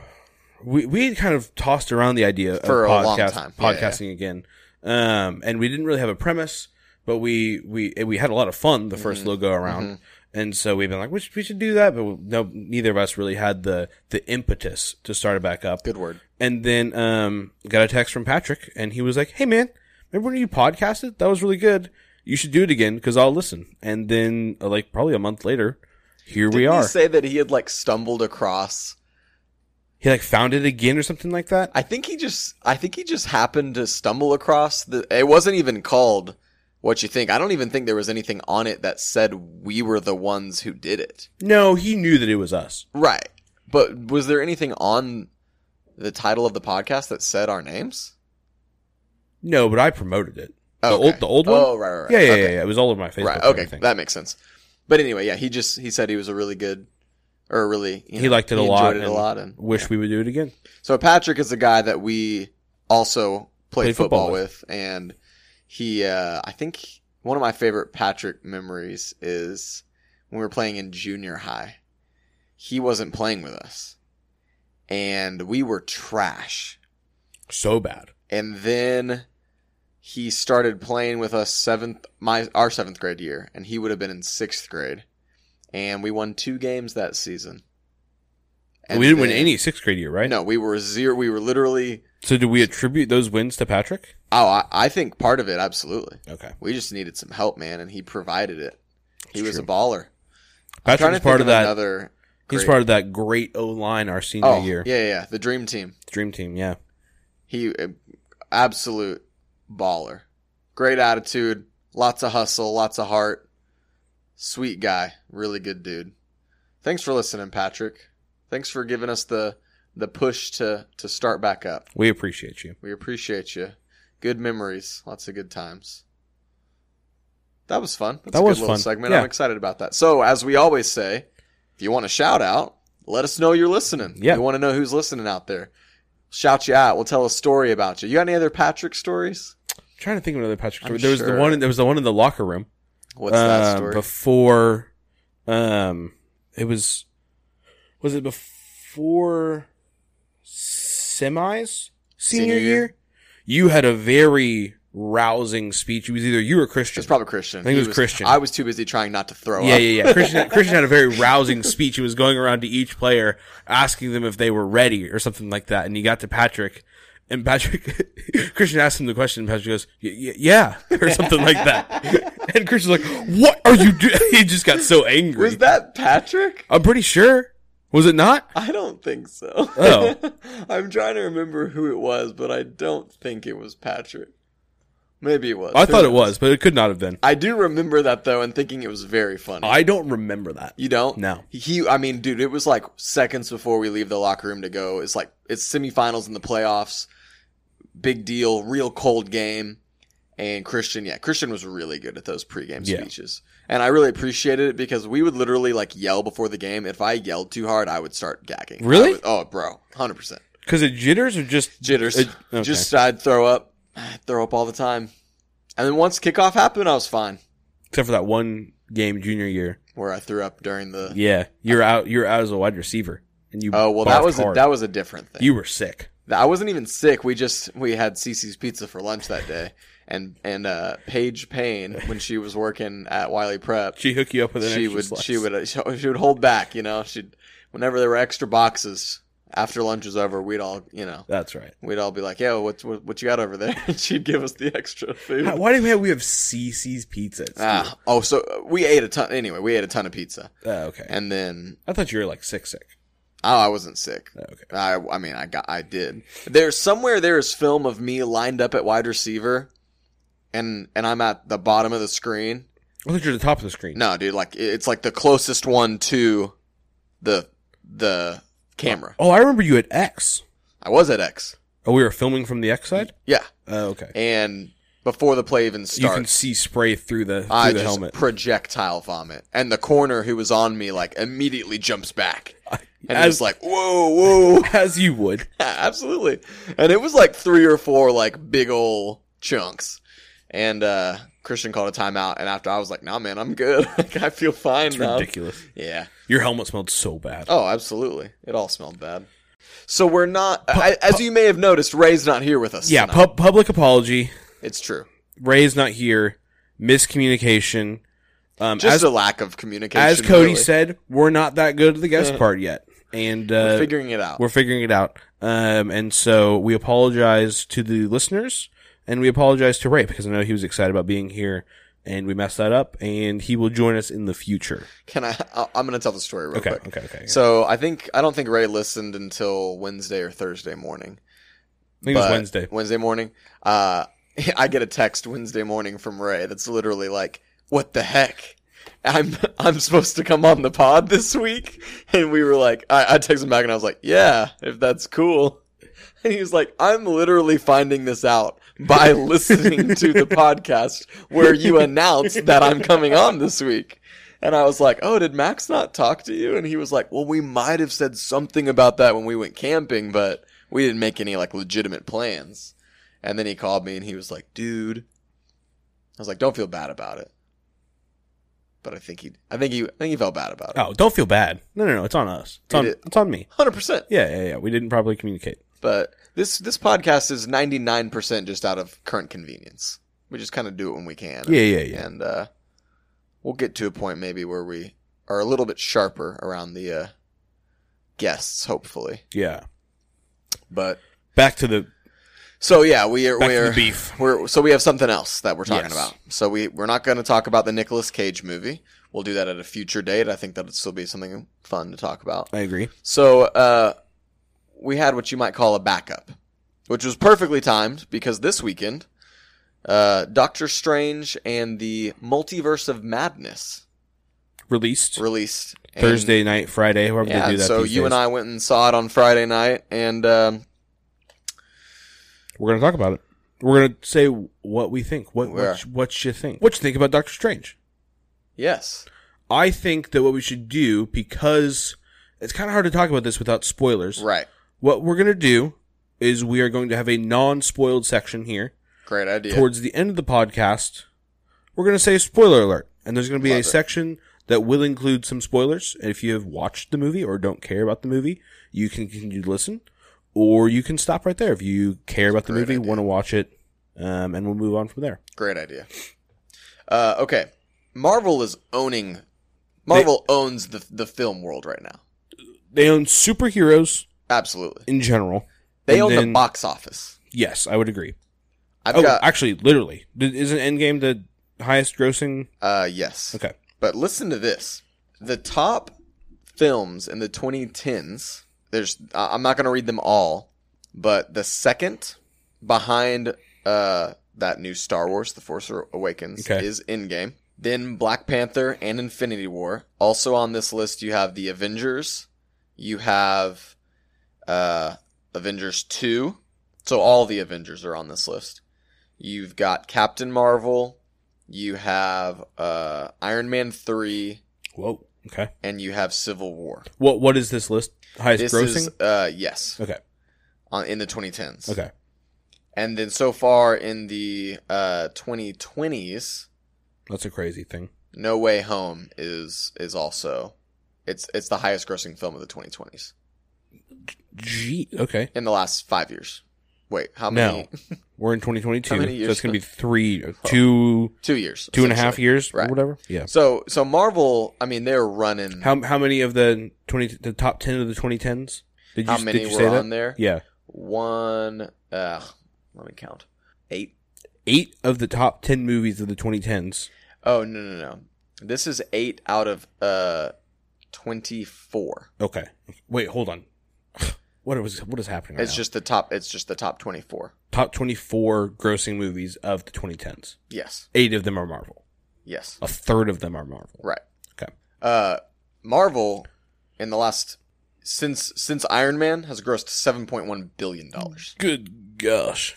S2: We we had kind of tossed around the idea
S1: For a
S2: of
S1: long
S2: podcast,
S1: time. Yeah,
S2: podcasting again, um, and we didn't really have a premise, but we we we had a lot of fun the
S1: Mm-hmm.
S2: 1st logo around, and so we've been like, we should, we should do that, but no, neither of us really had the the impetus to start it back up.
S1: Good word.
S2: And then um, got a text from Patrick, and he was like, "Hey man, remember when you podcasted? That was really good. You should do it again because I'll listen." And then, uh, like probably a month later, here we
S1: Didn't
S2: are.
S1: He say that he had like stumbled across.
S2: he like found it again or something like that.
S1: I think he just. I think he just happened to stumble across the. It wasn't even called what you think. I don't even think there was anything on it that said we were the ones who did it.
S2: No, he knew that it was us.
S1: Right. But was there anything on the title of the podcast that said our names?
S2: No, but I promoted it. The
S1: Oh,
S2: old, the old one.
S1: Oh, right, right, right.
S2: Yeah, yeah,
S1: Okay.
S2: yeah, yeah. It was all over my Facebook.
S1: Right.
S2: and
S1: Okay.
S2: everything.
S1: That makes sense. But anyway, yeah, he just he said he was a really good, or really you
S2: he
S1: know,
S2: liked it a
S1: he
S2: lot.
S1: Enjoyed it
S2: and
S1: a lot, and
S2: wish we would do it again.
S1: So Patrick is a guy that we also played,
S2: Played
S1: football,
S2: football
S1: with, and he, uh, I think one of my favorite Patrick memories is when we were playing in junior high. He wasn't playing with us, and we were trash.
S2: So bad.
S1: And then he started playing with us seventh, my our seventh grade year, and he would have been in sixth grade, and we won two games that season.
S2: we didn't win
S1: then-
S2: any sixth grade year, right?
S1: No, we were zero. We were literally
S2: So do we attribute those wins to Patrick?
S1: Oh, I, I think part of it, absolutely.
S2: Okay.
S1: We just needed some help, man, and he provided it. He
S2: It's
S1: was
S2: true.
S1: a baller. I'm
S2: Patrick
S1: trying
S2: was
S1: to
S2: part
S1: think
S2: of that.
S1: Another
S2: He's
S1: great-
S2: part of that great O line our senior
S1: oh,
S2: year
S1: Yeah, yeah, yeah, the dream team.
S2: dream team. Yeah.
S1: He uh, absolute baller. Great attitude, lots of hustle, lots of heart. Sweet guy, really good dude. Thanks for listening, Patrick. Thanks for giving us the the push to to start back up.
S2: We appreciate you.
S1: We appreciate you. Good memories, lots of good times. That was fun. That's
S2: That
S1: a
S2: was
S1: good little
S2: fun.
S1: segment. I'm
S2: Yeah.
S1: excited about that. So, as we always say, if you want a shout out, let us know you're listening.
S2: Yeah.
S1: We want to know who's listening out there. Shout you out. We'll tell a story about you. You got any other Patrick stories?
S2: I'm trying to think of another Patrick
S1: I'm
S2: story. There was
S1: sure.
S2: the one. There was the one in the locker room.
S1: What's that
S2: um,
S1: story?
S2: Before, um, it was, was it before semis
S1: Senior
S2: senior
S1: year?
S2: year? You had a very rousing speech. It was either you or Christian.
S1: it's probably Christian.
S2: I think it
S1: He
S2: was Christian.
S1: I was too busy trying not to throw
S2: yeah,
S1: up.
S2: yeah, yeah. Christian, Christian had a very rousing speech. He was going around to each player, asking them if they were ready or something like that. And he got to Patrick, and Patrick, Christian asked him the question. And Patrick goes, "Y- y- "Yeah," or something like that. And Christian's like, "What are you doing?" He just got so angry.
S1: Was that Patrick?
S2: I'm pretty sure. Was it not?
S1: I don't think so.
S2: Oh.
S1: I'm trying to remember who it was, but I don't think it was Patrick. Maybe it was.
S2: I
S1: Who
S2: thought it
S1: knows?
S2: was, but it could not have been.
S1: I do remember that though, and thinking it was very funny.
S2: I don't remember that.
S1: you don't?
S2: No.
S1: He, I mean, dude, it was like seconds before we leave the locker room to go. It's like it's semifinals in the playoffs, big deal, real cold game, and Christian, yeah, Christian was really good at those pregame
S2: Yeah.
S1: speeches. And I really appreciated it because we would literally like yell before the game. If I yelled too hard, I would start gagging. I
S2: Really?
S1: would- oh, bro, 100%.
S2: Because it jitters or just
S1: Jitters.
S2: It- okay.
S1: Just I'd throw up. I'd throw up all the time. And then once kickoff happened, I was fine.
S2: except for that one game junior year.
S1: Where I threw up during the
S2: Yeah, you're out. You're out as a wide receiver, and you.
S1: Oh, well that
S2: barfed
S1: was a,
S2: hard.
S1: that was a different thing.
S2: you were sick.
S1: I wasn't even sick. We just we had Cece's pizza for lunch that day, and and uh, Paige Payne when she was working at Wiley Prep, she,
S2: She hook you up with an extra
S1: would
S2: slice.
S1: she would uh, she would hold back. You know, she would whenever there were extra boxes after lunch was over, we'd all you know
S2: That's right.
S1: we'd all be like, "Yo, what's what, what you got over there?" And she'd give us the extra food.
S2: How- Why do we have we have CC's pizza? at school?
S1: Ah, oh, so uh, we ate a ton. Anyway, we ate a ton of pizza,
S2: Oh, okay.
S1: and then
S2: I thought you were like sick, sick.
S1: oh, I wasn't sick.
S2: Oh, okay.
S1: I, I mean, I got, I did. There's somewhere there is film of me lined up at wide receiver, and and I'm at the bottom of the screen.
S2: I thought you were at the top of the screen.
S1: No, dude, like it- it's like the closest one to the the camera.
S2: Oh, I remember you at X.
S1: I was at X.
S2: Oh, we were filming from the X side.
S1: Yeah,
S2: Oh, okay.
S1: and before the play even
S2: You can
S1: starts,
S2: see spray through the through
S1: I
S2: the
S1: just
S2: helmet.
S1: projectile vomit, and the corner who was on me like immediately jumps back, and
S2: As-
S1: he's like, "Whoa, whoa!"
S2: As you would.
S1: Yeah, absolutely. And it was like three or four like big ol' chunks. And uh Christian called a timeout and after I was like, nah man, I'm good. like I feel fine now.
S2: Ridiculous.
S1: Yeah.
S2: Your helmet smelled so bad.
S1: Oh, absolutely. It all smelled bad. So we're not I, as you may have noticed, Ray's not here with us.
S2: yeah.
S1: tonight.
S2: Pub- public apology.
S1: it's true.
S2: Ray's not here. Miscommunication. Um,
S1: Just
S2: as
S1: a lack of communication.
S2: as Cody
S1: really. Uh,
S2: said, we're not that good at the guest part yet, and uh,
S1: We're figuring it out.
S2: we're figuring it out. Um, and so we apologize to the listeners, and we apologize to Ray because I know he was excited about being here, and we messed that up. And he will join us in the future.
S1: Can I? I- I'm going to tell the story real
S2: Okay,
S1: quick.
S2: okay, okay.
S1: So I think I don't think Ray listened until Wednesday or Thursday morning.
S2: I think it was
S1: but
S2: Wednesday.
S1: Wednesday morning. Uh, I get a text Wednesday morning from Ray that's literally like, "What the heck? I'm I'm supposed to come on the pod this week?" And we were like, I, I texted him back and I was like, "Yeah, if that's cool." And he was like, "I'm literally finding this out by listening to the podcast where you announced that I'm coming on this week." And I was like, "Oh, did Max not talk to you?" And he was like, "Well, we might have said something about that when we went camping, but we didn't make any like legitimate plans." And then he called me and he was like, "Dude, I was like, don't feel bad about it." But I think he, I think he, I think he felt bad about it.
S2: Oh, don't feel bad. No, no, no. It's on us. It's on.
S1: It is-
S2: It's on me.
S1: Hundred percent.
S2: Yeah, yeah, yeah. We didn't properly communicate.
S1: But this this podcast is ninety nine percent just out of current convenience. We just kind of do it when we can.
S2: Yeah, yeah, yeah.
S1: And uh, we'll get to a point maybe where we are a little bit sharper around the uh, guests, hopefully.
S2: Yeah.
S1: But
S2: Back to the
S1: so yeah, we are
S2: back
S1: we
S2: to the
S1: are
S2: beef.
S1: we're so we have something else that we're talking
S2: Yes.
S1: about. So we we're not going to talk about the Nicolas Cage movie. We'll do that at a future date. I think that'll still be something fun to talk about.
S2: I agree.
S1: So uh, we had what you might call a backup, which was perfectly timed because this weekend, uh, Doctor Strange and the Multiverse of Madness
S2: Released
S1: released And-
S2: Thursday night, Friday, however
S1: Yeah,
S2: they do that.
S1: so
S2: these
S1: you and
S2: days.
S1: I went and saw it on Friday night, and um,
S2: we're gonna talk about it. We're gonna say what we think. What
S1: We are.
S2: what, what you think? What you think about Doctor Strange?
S1: yes,
S2: I think that what we should do because it's kind of hard to talk about this without spoilers.
S1: right,
S2: What we're gonna do is we are going to have a non-spoiled section here
S1: great idea.
S2: towards the end of the podcast. We're gonna say spoiler alert, and there's gonna be
S1: Love
S2: a
S1: it.
S2: section that will include some spoilers. If you have watched the movie or don't care about the movie, you can continue to listen, or you can stop right there if you care about the
S1: great
S2: movie,
S1: idea.
S2: want to watch it, um, and we'll move on from there.
S1: Great idea. Uh, okay, Marvel is owning. Marvel owns the the film world right now.
S2: They own superheroes
S1: Absolutely,
S2: in general.
S1: they
S2: And
S1: own
S2: then-
S1: the box office.
S2: Yes, I would agree.
S1: I've
S2: Oh,
S1: got
S2: actually, literally, Th- isn't Endgame the highest grossing?
S1: uh, yes.
S2: Okay,
S1: But listen to this: the top films in the 2010s. There's, I- I'm not going to read them all, but the second behind uh, that new Star Wars, The Force Awakens,
S2: Okay.
S1: is Endgame. Then Black Panther and Infinity War. Also on this list, you have the Avengers. You have uh, Avengers Two. So all the Avengers are on this list. You've got Captain Marvel. You have uh, Iron Man three,
S2: Whoa. Okay.
S1: and you have Civil War.
S2: What What is this list? Highest
S1: this
S2: grossing.
S1: is uh, yes
S2: okay.
S1: on, in the 2010s.
S2: Okay.
S1: And then so far in the uh, 2020s,
S2: That's a crazy thing.
S1: No Way Home is is also it's it's the highest grossing film of the 2020s
S2: Gee. Okay.
S1: in the last five years. Wait, how
S2: No.
S1: many?
S2: We're in 2022.
S1: How
S2: So
S1: many years
S2: it's going to be three, two,
S1: Two years,
S2: two and a half
S1: essentially.
S2: years
S1: Right.
S2: or whatever. Yeah.
S1: So so Marvel, I mean, they're running.
S2: How How many of the 20 the top 10 of the 2010s? Did you,
S1: how many
S2: did you
S1: were
S2: say
S1: on
S2: that?
S1: there?
S2: Yeah.
S1: One. Uh, let me count. Eight.
S2: Eight of the top 10 movies of the 2010s.
S1: Oh no no no! This is eight out of uh twenty four.
S2: Okay. Wait, hold on. What was what is happening? Right
S1: It's
S2: now?
S1: just the top. It's just the top twenty four.
S2: top 24 grossing movies of the 2010s.
S1: Yes.
S2: Eight of them are Marvel.
S1: Yes.
S2: A third of them are Marvel.
S1: Right.
S2: Okay.
S1: Uh, Marvel in the last since since Iron Man has grossed seven point one billion dollars.
S2: Good gosh.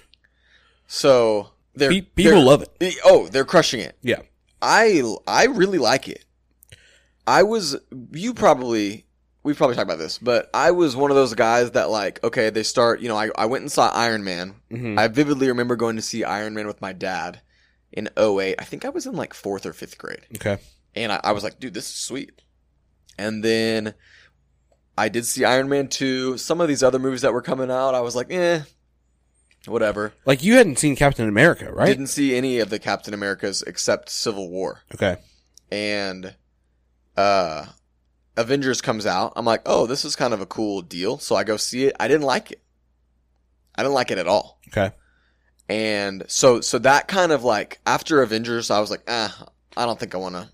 S1: So they're
S2: Pe- people love it.
S1: they're- Oh, they're crushing it.
S2: Yeah.
S1: I I really like it. I was you probably we probably talked about this, but I was one of those guys that like okay they start you know I I went and saw Iron Man.
S2: Mhm.
S1: I vividly remember going to see Iron Man with my dad in 08. I think I was in like fourth or fifth grade.
S2: Okay.
S1: and I, I was like, dude, this is sweet. And then I did see Iron Man 2. Some of these other movies that were coming out, I was like, eh, whatever.
S2: Like you hadn't seen Captain America, right?
S1: Didn't see any of the Captain Americas except Civil War.
S2: Okay.
S1: And uh Avengers comes out. I'm like, oh, this is kind of a cool deal. So I go see it. I didn't like it. I didn't like it at all.
S2: Okay.
S1: And so so that kind of like after Avengers, I was like, ah, I don't think I wanna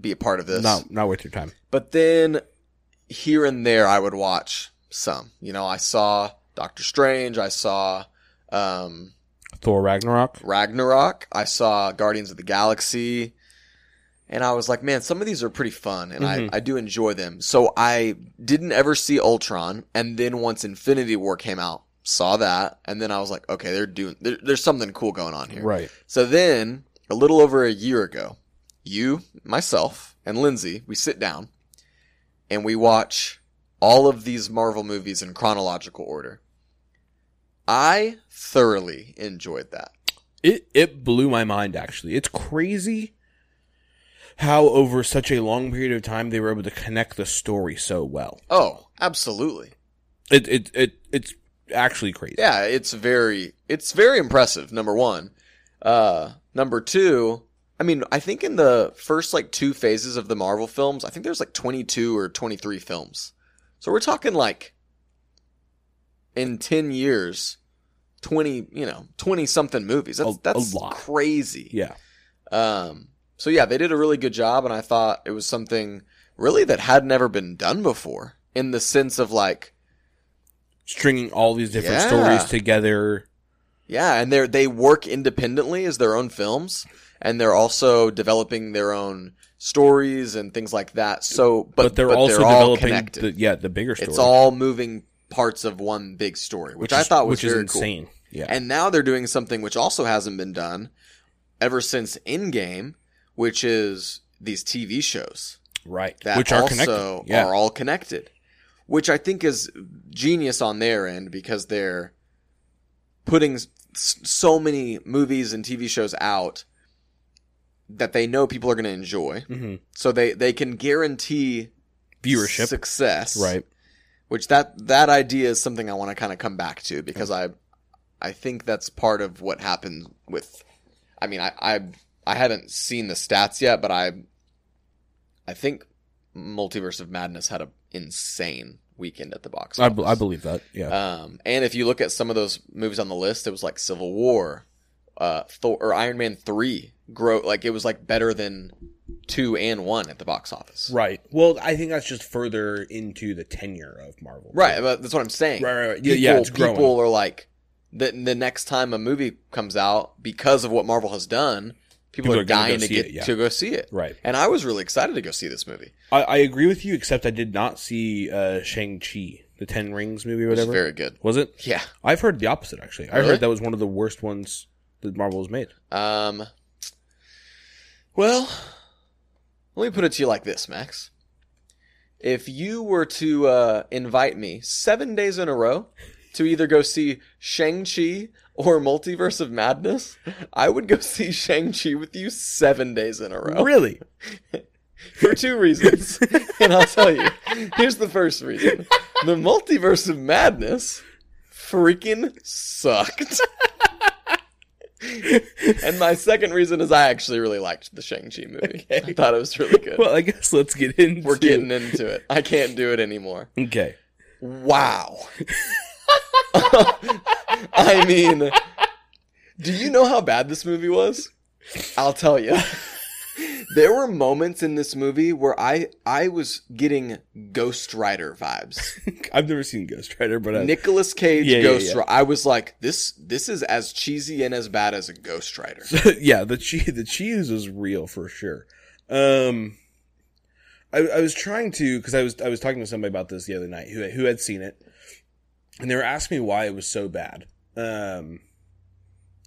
S1: be a part of this.
S2: Not not worth your time.
S1: But then here and there, I would watch some. You know, I saw Doctor Strange. I saw um,
S2: Thor Ragnarok.
S1: Ragnarok. I saw Guardians of the Galaxy. And I was like, man, some of these are pretty fun and
S2: Mhm.
S1: I, I do enjoy them. So I didn't ever see Ultron. And then once Infinity War came out, saw that. And then I was like, okay, they're doing, there, there's something cool going on here.
S2: Right.
S1: So then, a little over a year ago, you, myself, and Lindsay, we sit down and we watch all of these Marvel movies in chronological order. I thoroughly enjoyed that.
S2: It it blew my mind actually. It's crazy how over such a long period of time they were able to connect the story so well.
S1: Oh, absolutely.
S2: It it, it it's actually crazy.
S1: Yeah, it's very it's very impressive, number 1. Uh number 2, I mean, I think in the first like two phases of the Marvel films, I think there's like 22 or 23 films. So we're talking like in 10 years 20, you know, 20 something movies. That's
S2: A- a
S1: that's
S2: lot.
S1: crazy.
S2: Yeah.
S1: Um, so yeah, they did a really good job, and I thought it was something really that had never been done before in the sense of like,
S2: Stringing all these different
S1: Yeah.
S2: stories together.
S1: yeah, and they they work independently as their own films, and they're also developing their own stories and things like that. So, but,
S2: But, they're
S1: but
S2: also
S1: all
S2: developing
S1: connected.
S2: the, yeah, the bigger story.
S1: it's all moving parts of one big story, which, I
S2: is-
S1: thought was
S2: which is
S1: very cool.
S2: insane. Yeah.
S1: And now they're doing something which also hasn't been done ever since Endgame, which is these TV shows.
S2: right.
S1: that
S2: Which are
S1: also
S2: connected. Yeah.
S1: are all connected, which I think is genius on their end because they're putting s- so many movies and TV shows out that they know people are going to enjoy,
S2: hmm
S1: so they they can guarantee
S2: Viewership.
S1: success,
S2: Right.
S1: Which that that idea is something I want to kind of come back to because I I think that's part of what happened with. I mean, I I I haven't seen the stats yet, but I I think Multiverse of Madness had an insane weekend at the box.
S2: I, b- I
S1: office.
S2: believe that. Yeah.
S1: Um, and if you look at some of those movies on the list, it was like Civil War, uh, Thor or Iron Man three. Grow like it was like better than two and one at the box office.
S2: right. Well, I think that's just further into the tenure of Marvel.
S1: Right, but that's what I'm saying.
S2: Right, right, right. Yeah,
S1: People,
S2: yeah, it's growing.
S1: people are like the the next time a movie comes out because of what Marvel has done, people,
S2: People
S1: are,
S2: are gonna go
S1: dying to
S2: see
S1: get
S2: it, yeah.
S1: to go see it.
S2: Right.
S1: And I was really excited to go see this movie.
S2: I, I agree with you, except I did not see uh, Shang Chi, the Ten Rings movie, or
S1: It was
S2: whatever.
S1: very good.
S2: Was it?
S1: Yeah.
S2: I've heard the opposite. Actually, I
S1: Really?
S2: heard that was one of the worst ones that Marvel has made.
S1: Um, well, let me put it to you like this, Max. If you were to uh, invite me seven days in a row to either go see Shang-Chi or Multiverse of Madness, I would go see Shang-Chi with you seven days in a row.
S2: Really?
S1: For two reasons. and I'll tell you. Here's the first reason The Multiverse of Madness freaking sucked. and my second reason is I actually really liked the Shang-Chi movie. I thought it was really good.
S2: Well, I guess let's get into.
S1: We're getting into it. I can't do it anymore.
S2: okay.
S1: Wow. I mean, do you know how bad this movie was? I'll tell you. There were moments in this movie where I I was getting Ghost Rider vibes.
S2: I've never seen Ghost Rider, but I,
S1: Nicolas Cage
S2: Yeah, yeah,
S1: Ghost
S2: yeah.
S1: Rider. I was like, this this is as cheesy and as bad as a Ghost Rider.
S2: yeah, the cheese the cheese is real for sure. Um, I, I was trying to because I was I was talking to somebody about this the other night who who had seen it, and they were asking me why it was so bad. Um,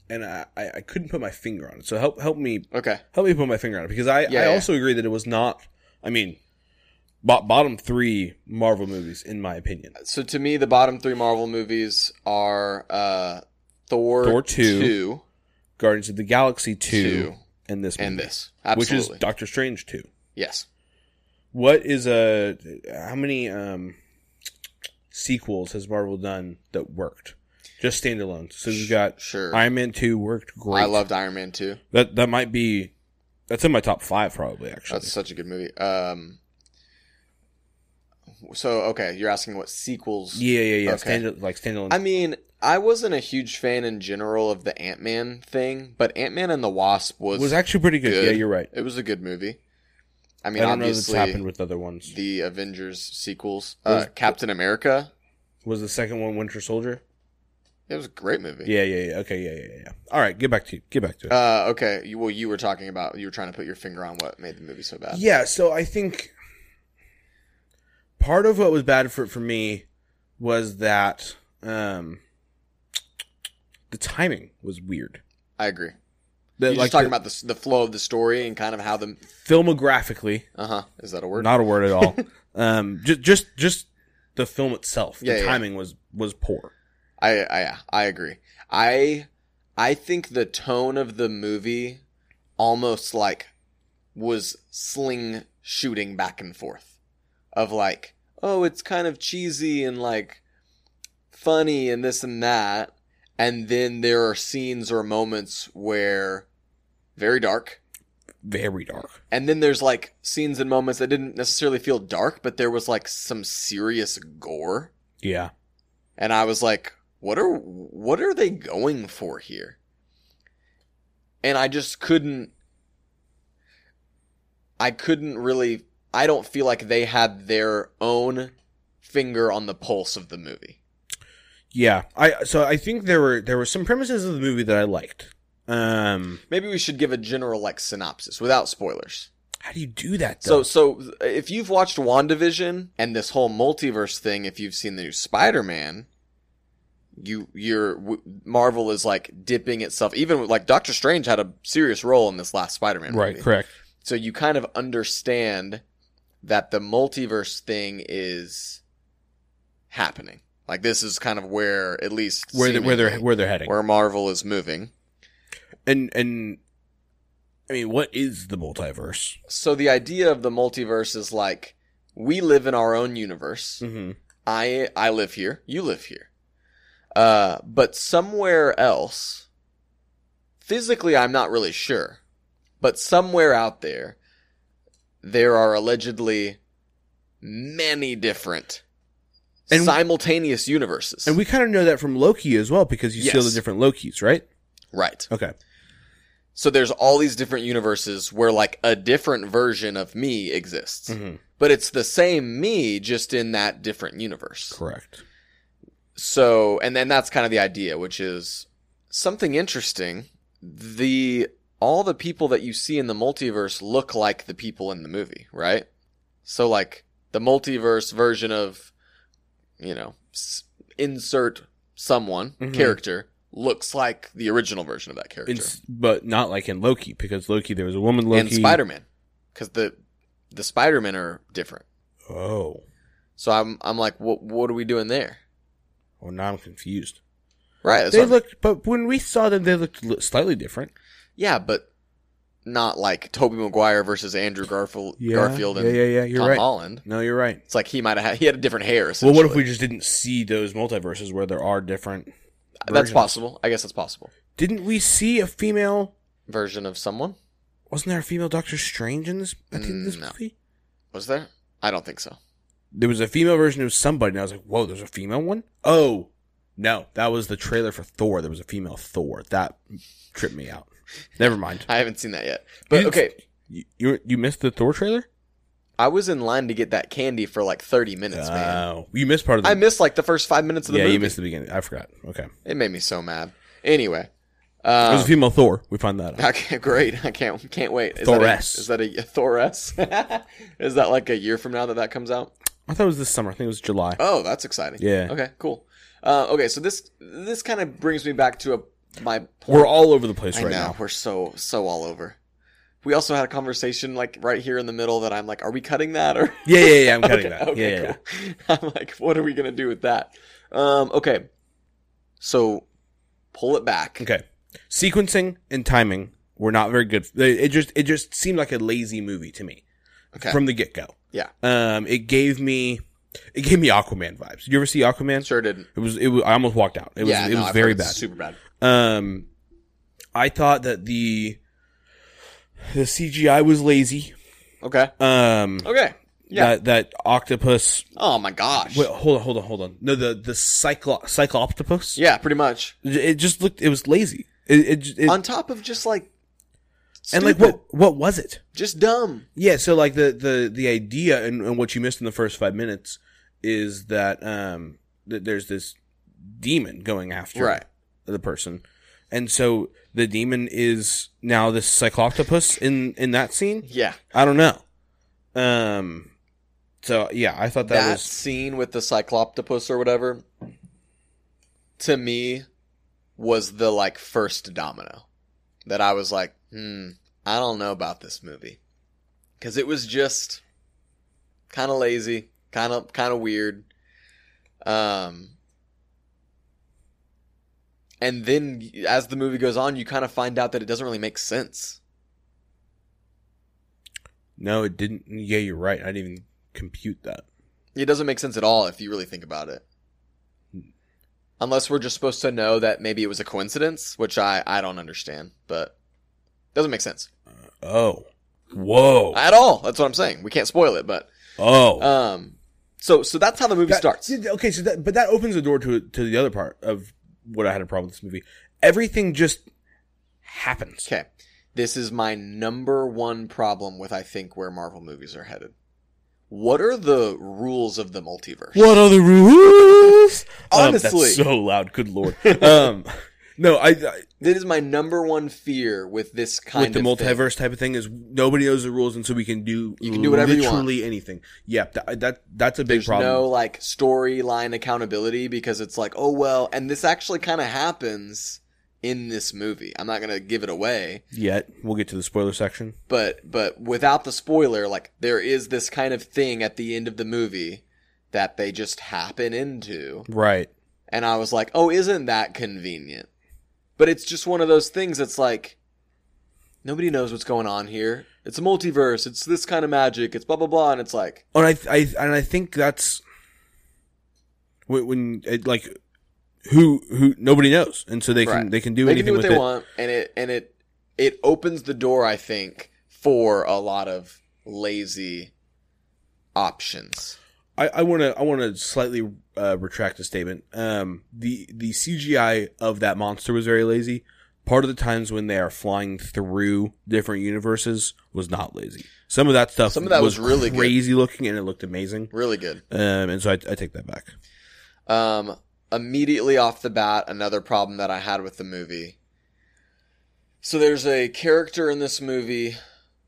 S2: and I, I I couldn't put my finger on it. So help help me
S1: Okay.
S2: help me put my finger on it because I,
S1: Yeah,
S2: I
S1: yeah.
S2: also agree that it was not. I mean, bo- bottom three Marvel movies in my opinion.
S1: So to me, the bottom three Marvel movies are uh, Thor,
S2: Thor 2, Guardians of the Galaxy two,
S1: Two.
S2: and this
S1: and
S2: movie,
S1: this. Absolutely.
S2: which is Doctor Strange two.
S1: yes.
S2: What is a how many um sequels has Marvel done that worked? Just standalone. So we've got
S1: Sure.
S2: Iron Man two worked great.
S1: I loved Iron Man 2.
S2: that. That might be that's in my top five probably actually.
S1: That's such a good movie. Um, so, okay, you're asking what sequels.
S2: yeah, yeah, yeah.
S1: Okay.
S2: Stand, like standalone.
S1: I mean, I wasn't a huge fan in general of the Ant Man thing, but Ant Man and the Wasp was.
S2: was, actually pretty good.
S1: good.
S2: Yeah, you're right.
S1: it was a good movie. I
S2: I,
S1: mean,
S2: don't know if it's happened
S1: obviously,
S2: with other ones.
S1: the Avengers sequels.
S2: Was-
S1: Uh, Captain America.
S2: Was the second one Winter Soldier?
S1: It was a great movie.
S2: Yeah, yeah, yeah. Okay, yeah, yeah, yeah. All right, get back to you. Get back to it.
S1: Uh, okay. You, well, you were talking about you were trying to put your finger on what made the movie so bad.
S2: Yeah, so I think part of what was bad for for me was that um the timing was weird.
S1: I agree.
S2: That,
S1: You're
S2: like,
S1: just talking
S2: the-
S1: about the, s- the flow of the story and kind of how the
S2: filmographically,
S1: uh huh is that a word?
S2: not a word at all. um, just just just the film itself. The
S1: Yeah, yeah.
S2: timing was was poor.
S1: I I yeah, I agree. I I think the tone of the movie almost like was sling shooting back and forth of like oh it's kind of cheesy and like funny and this and that and then there are scenes or moments where very dark
S2: Very dark.
S1: and then there's like scenes and moments that didn't necessarily feel dark but there was like some serious gore
S2: Yeah.
S1: and I was like, "What are what are they going for here?" And I just couldn't. I couldn't really. I don't feel like they had their own finger on the pulse of the movie.
S2: Yeah. I so I think there were there were some premises of the movie that I liked. Um
S1: Maybe we should give a general like synopsis without spoilers.
S2: how do you do that
S1: So,
S2: though?
S1: so if you've watched WandaVision and this whole multiverse thing, if you've seen the new Spider-Man, you you're w- Marvel is like dipping itself. Even with- like Doctor Strange had a serious role in this last Spider-Man
S2: right,
S1: movie.
S2: correct.
S1: So you kind of understand that the multiverse thing is happening. Like this is kind of where at least
S2: Where they, where they're
S1: seemingly,
S2: where they're heading.
S1: where Marvel is moving.
S2: and and I mean, what is the multiverse?
S1: So the idea of the multiverse is like we live in our own universe.
S2: Mm-hmm.
S1: I I live here, you live here. Uh, but somewhere else, physically, I'm not really sure, but somewhere out there, there are allegedly many different
S2: And-
S1: simultaneous universes.
S2: And we kind of know that from Loki as well because you see all the
S1: Yes.
S2: different Lokis, right?
S1: right.
S2: Okay.
S1: So there's all these different universes where like a different version of me exists,
S2: Mm-hmm.
S1: but it's the same me just in that different universe.
S2: Correct.
S1: so and then that's kind of the idea which is something interesting the all the people that you see in the multiverse look like the people in the movie right so like the multiverse version of you know s- insert someone
S2: Mhm.
S1: character looks like the original version of that character
S2: In, but not like in Loki because Loki there was a woman Loki
S1: and Spider Man, because the the Spider Men are different.
S2: Oh,
S1: So I'm I'm like, what what are we doing there?
S2: well now I'm confused.
S1: Right. that's what
S2: they
S1: I'm-
S2: looked, but when we saw them, they looked li- slightly different.
S1: yeah, but not like Toby Maguire versus Andrew Garfield,
S2: Yeah,
S1: Garfield and
S2: yeah, yeah, yeah, you're
S1: Tom
S2: right.
S1: Holland.
S2: No, you're right.
S1: It's like he might have had, he had a different hair.
S2: Well, what if
S1: essentially.
S2: we just didn't see those multiverses where there are different?
S1: That's
S2: versions?
S1: possible. I guess that's possible.
S2: Didn't we see a female?
S1: Version of someone
S2: Wasn't there a female Doctor Strange in this? I think in this
S1: Mm, no.
S2: movie.
S1: was there? I don't think so.
S2: There was a female version of somebody, and I was like, "Whoa, there's a female one." Oh, no, that was the trailer for Thor. There was a female Thor that tripped me out. Never mind.
S1: I haven't seen that yet. But
S2: You-
S1: okay,
S2: You you, you missed the Thor trailer?
S1: I was in line to get that candy for like 30 minutes, man.
S2: Oh, you missed part of the.
S1: I missed like the first five minutes of the
S2: yeah,
S1: movie.
S2: you missed the beginning. I forgot. Okay, It
S1: It made me so mad. Anyway,
S2: was a
S1: um,
S2: female Thor. We find that out.
S1: okay, great. I can't can't wait. Is
S2: Thoress.
S1: That a, is that a Thoress? is that like a year from now that that comes out?
S2: I thought it was this summer. I think it was July.
S1: Oh, that's exciting.
S2: Yeah.
S1: Okay. Cool. Uh, okay, so this this kind of brings me back to a my point.
S2: We're all over the place
S1: I
S2: right
S1: know
S2: now.
S1: we're so so all over. We also had a conversation like right here in the middle that I'm like, are we cutting that or?
S2: Yeah, yeah, yeah. I'm cutting that.
S1: okay,
S2: yeah, yeah, yeah.
S1: cool. I'm like, what are we gonna do with that? Um, okay, so pull it back.
S2: Okay. Sequencing and timing were not very good. They- It just it just seemed like a lazy movie to me
S1: Okay.
S2: from the get go.
S1: Yeah.
S2: Um, it gave me it gave me Aquaman vibes. You ever see Aquaman?
S1: Sure didn't.
S2: It was it was, I almost walked out. It was it
S1: no,
S2: was
S1: I've
S2: very
S1: heard it's
S2: bad.
S1: Super bad.
S2: Um, I thought that the the CGI was lazy.
S1: Okay.
S2: Um,
S1: Okay. Yeah.
S2: that that octopus.
S1: oh my gosh.
S2: Wait, hold on, hold on, hold on. No, the the cyclo cycloptopus.
S1: yeah, pretty much.
S2: It just looked. It was lazy. It, it, it
S1: On top of just like
S2: and like
S1: stupid,
S2: what what was it?
S1: Just dumb.
S2: Yeah, so like the the the idea and, and what you missed in the first five minutes is that um that there's this demon going after
S1: Right.
S2: the person, and so the demon is now this cycloptopus in in that scene.
S1: Yeah.
S2: I don't know. Um, so yeah, I thought
S1: That,
S2: that, was
S1: scene with the cycloptopus or whatever to me was the like first domino that I was like, hmm, I don't know about this movie. Cause it was just kinda lazy, kinda kinda weird. Um and then as the movie goes on, you kind of find out that it doesn't really make sense.
S2: no, it didn't. Yeah, you're right. I didn't even compute that.
S1: It doesn't make sense at all if you really think about it. Unless we're just supposed to know that maybe it was a coincidence, which I, I don't understand, but doesn't make sense
S2: Oh, whoa,
S1: at all. That's what I'm saying. We can't spoil it, but
S2: oh.
S1: um, so so that's how the movie
S2: That-
S1: starts.
S2: yeah, Okay, so that but that opens the door to to the other part of what I had a problem with this movie. Everything just happens.
S1: Okay, this is my number one problem with I think where Marvel movies are headed. What are the rules of the multiverse?
S2: What are the rules? Um,
S1: Honestly.
S2: that's so loud. Good lord. Um, no, I, I
S1: That is my number one fear with this
S2: with
S1: kind
S2: the
S1: of thing.
S2: multiverse type of thing is nobody knows the rules, and so we can do
S1: You can do whatever you want.
S2: literally anything. Yeah, that, that that's a big
S1: there's
S2: problem.
S1: no like storyline accountability because it's like oh well and this actually kind of happens in this movie i'm not gonna give it away
S2: Yet we'll get to the spoiler section.
S1: but but without the spoiler like there is this kind of thing at the end of the movie that they just happen into
S2: Right.
S1: and i was like oh isn't that convenient but it's just one of those things that's like nobody knows what's going on here it's a multiverse it's this kind of magic it's blah blah blah and it's like
S2: And I, I and I think that's when, when it, like who who nobody knows, and so they can
S1: Right.
S2: they can do
S1: they can do
S2: anything
S1: what
S2: with
S1: they
S2: it.
S1: want, and it and it it opens the door, I think, for a lot of lazy options.
S2: I, I want to I want to slightly uh, retract a statement. Um, the the CGI of that monster was very lazy. Part of the times when they are flying through different universes was not lazy. Some of that stuff
S1: Some of that was really good.
S2: crazy looking and it looked amazing.
S1: Really good.
S2: Um, and so I, I take that back.
S1: Um, immediately off the bat, another problem that I had with the movie. So there's a character in this movie.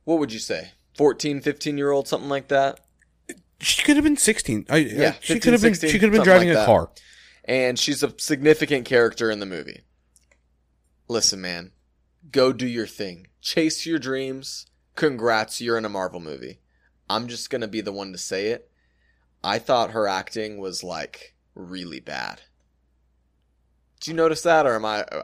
S1: What would you say? 14, 15 year old, something like that.
S2: She could have been sixteen. I, yeah, she
S1: 15,
S2: could have been
S1: 16,
S2: she could have been
S1: something
S2: driving
S1: like
S2: a
S1: that.
S2: car.
S1: And she's a significant character in the movie. listen, man, go do your thing. Chase your dreams. Congrats, you're in a Marvel movie. I'm just going to be the one to say it. I thought her acting was like really bad. Did you notice that, or am I?
S2: I'm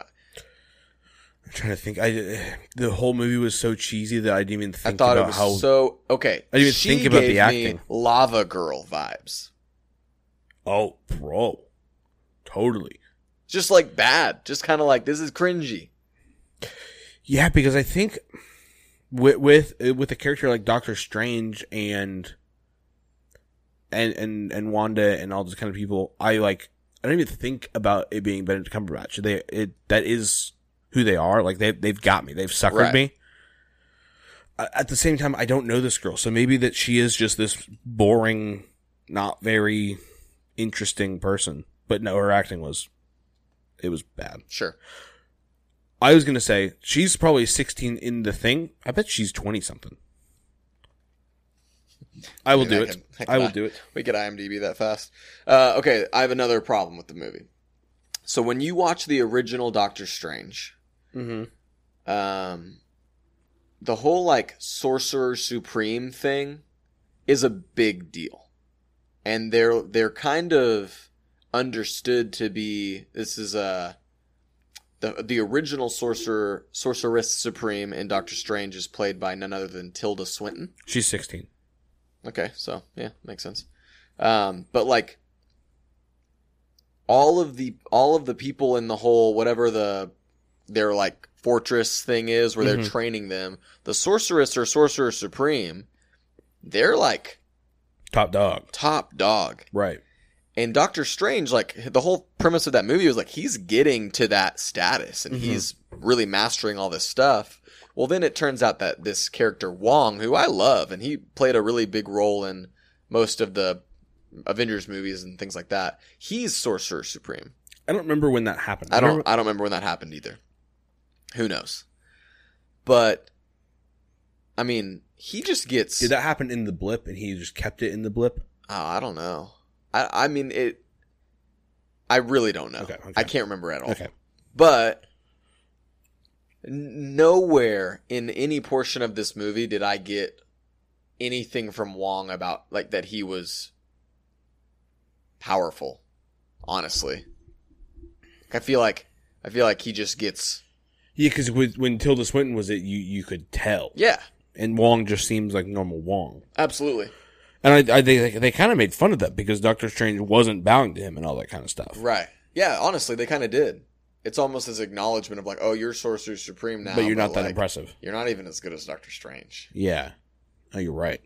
S2: trying to think. I the whole movie was so cheesy that I didn't even
S1: I
S2: think
S1: thought it
S2: about
S1: was
S2: how
S1: so okay.
S2: I didn't even
S1: she
S2: think about the
S1: gave me
S2: acting.
S1: Lava Girl vibes,
S2: Oh, bro. Totally.
S1: just like bad, just kind of like this is cringy.
S2: Yeah, because I think with with with a character like Doctor Strange and and and and Wanda and all those kind of people, I like I don't even think about it being Benedict Cumberbatch. They it that is who they are. Like they they've got me. They've suckered
S1: Right.
S2: me. A- At the same time, I don't know this girl, so maybe that she is just this boring, not very interesting person. But no, her acting was it was bad.
S1: Sure,
S2: I was gonna say she's probably sixteen in the thing. I bet she's twenty something. I will
S1: Dude,
S2: do
S1: I
S2: it.
S1: can- I can
S2: I will
S1: lie.
S2: do it.
S1: we get IMDb that fast. Uh, okay, I have another problem with the movie. So when you watch the original Doctor Strange,
S2: Mm-hmm.
S1: um, the whole like sorcerer supreme thing is a big deal, and they're they're kind of understood to be this is a the the original sorcerer sorceress supreme in Doctor Strange is played by none other than Tilda Swinton.
S2: She's sixteen.
S1: Okay, so yeah, makes sense. Um, but like all of the all of the people in the whole whatever the their like fortress thing is where they're
S2: Mhm.
S1: training them, the sorceress or sorcerer supreme, they're like
S2: Top dog.
S1: top dog.
S2: Right.
S1: And Doctor Strange, like the whole premise of that movie was like he's getting to that status and
S2: Mhm.
S1: he's really mastering all this stuff. Well, then it turns out that this character Wong, who I love, and he played a really big role in most of the Avengers movies and things like that. He's Sorcerer Supreme.
S2: I don't remember when that happened.
S1: I don't
S2: remember-
S1: I don't remember when that happened either. Who knows? But I mean, he just gets
S2: Did that happen in the blip, and he just kept it in the blip?
S1: Oh, I don't know. I I mean it. I really don't know.
S2: Okay, okay.
S1: I can't remember at all.
S2: Okay.
S1: But n- nowhere in any portion of this movie did I get anything from Wong about like that he was powerful. Honestly, I feel like I feel like he just gets
S2: Yeah, because when Tilda Swinton was it, you you could tell.
S1: yeah,
S2: And Wong just seems like normal Wong.
S1: absolutely
S2: And I, I they they kind of made fun of that because Doctor Strange wasn't bowing to him and all that kind of stuff.
S1: right. Yeah, honestly, they kind of did. It's almost as acknowledgement of like, oh, you're Sorcerer Supreme now,
S2: but you're not that
S1: like,
S2: impressive.
S1: You're not even as good as Doctor Strange.
S2: Yeah. Oh, you're right.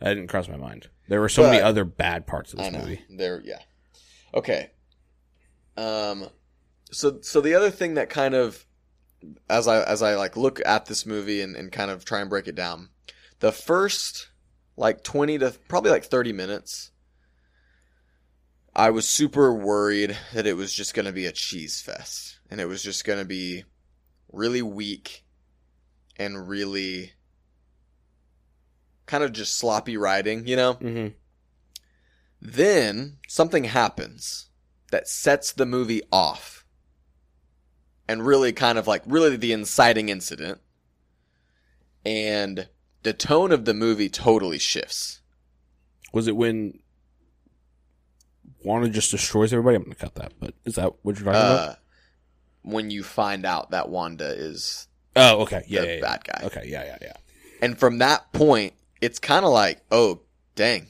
S2: That didn't cross my mind. There were so many
S1: But-
S2: other bad parts of this
S1: I know.
S2: movie.
S1: There, yeah. Okay. Um, so so the other thing that kind of, as I as I like look at this movie and and kind of try and break it down, the first like twenty to probably like thirty minutes, I was super worried that it was just going to be a cheese fest and it was just going to be really weak and really kind of just sloppy writing, you know.
S2: Mm-hmm.
S1: Then something happens that sets the movie off. And really kind of like really the inciting incident. And the tone of the movie totally shifts.
S2: Was it when Wanda just destroys everybody? I'm going to cut that, but is that what you're talking about?
S1: Uh, when you find out that Wanda is
S2: Oh, okay. Yeah,
S1: the
S2: yeah, yeah.
S1: bad guy.
S2: Okay, yeah, yeah, yeah.
S1: And from that point, it's kind of like, oh, dang,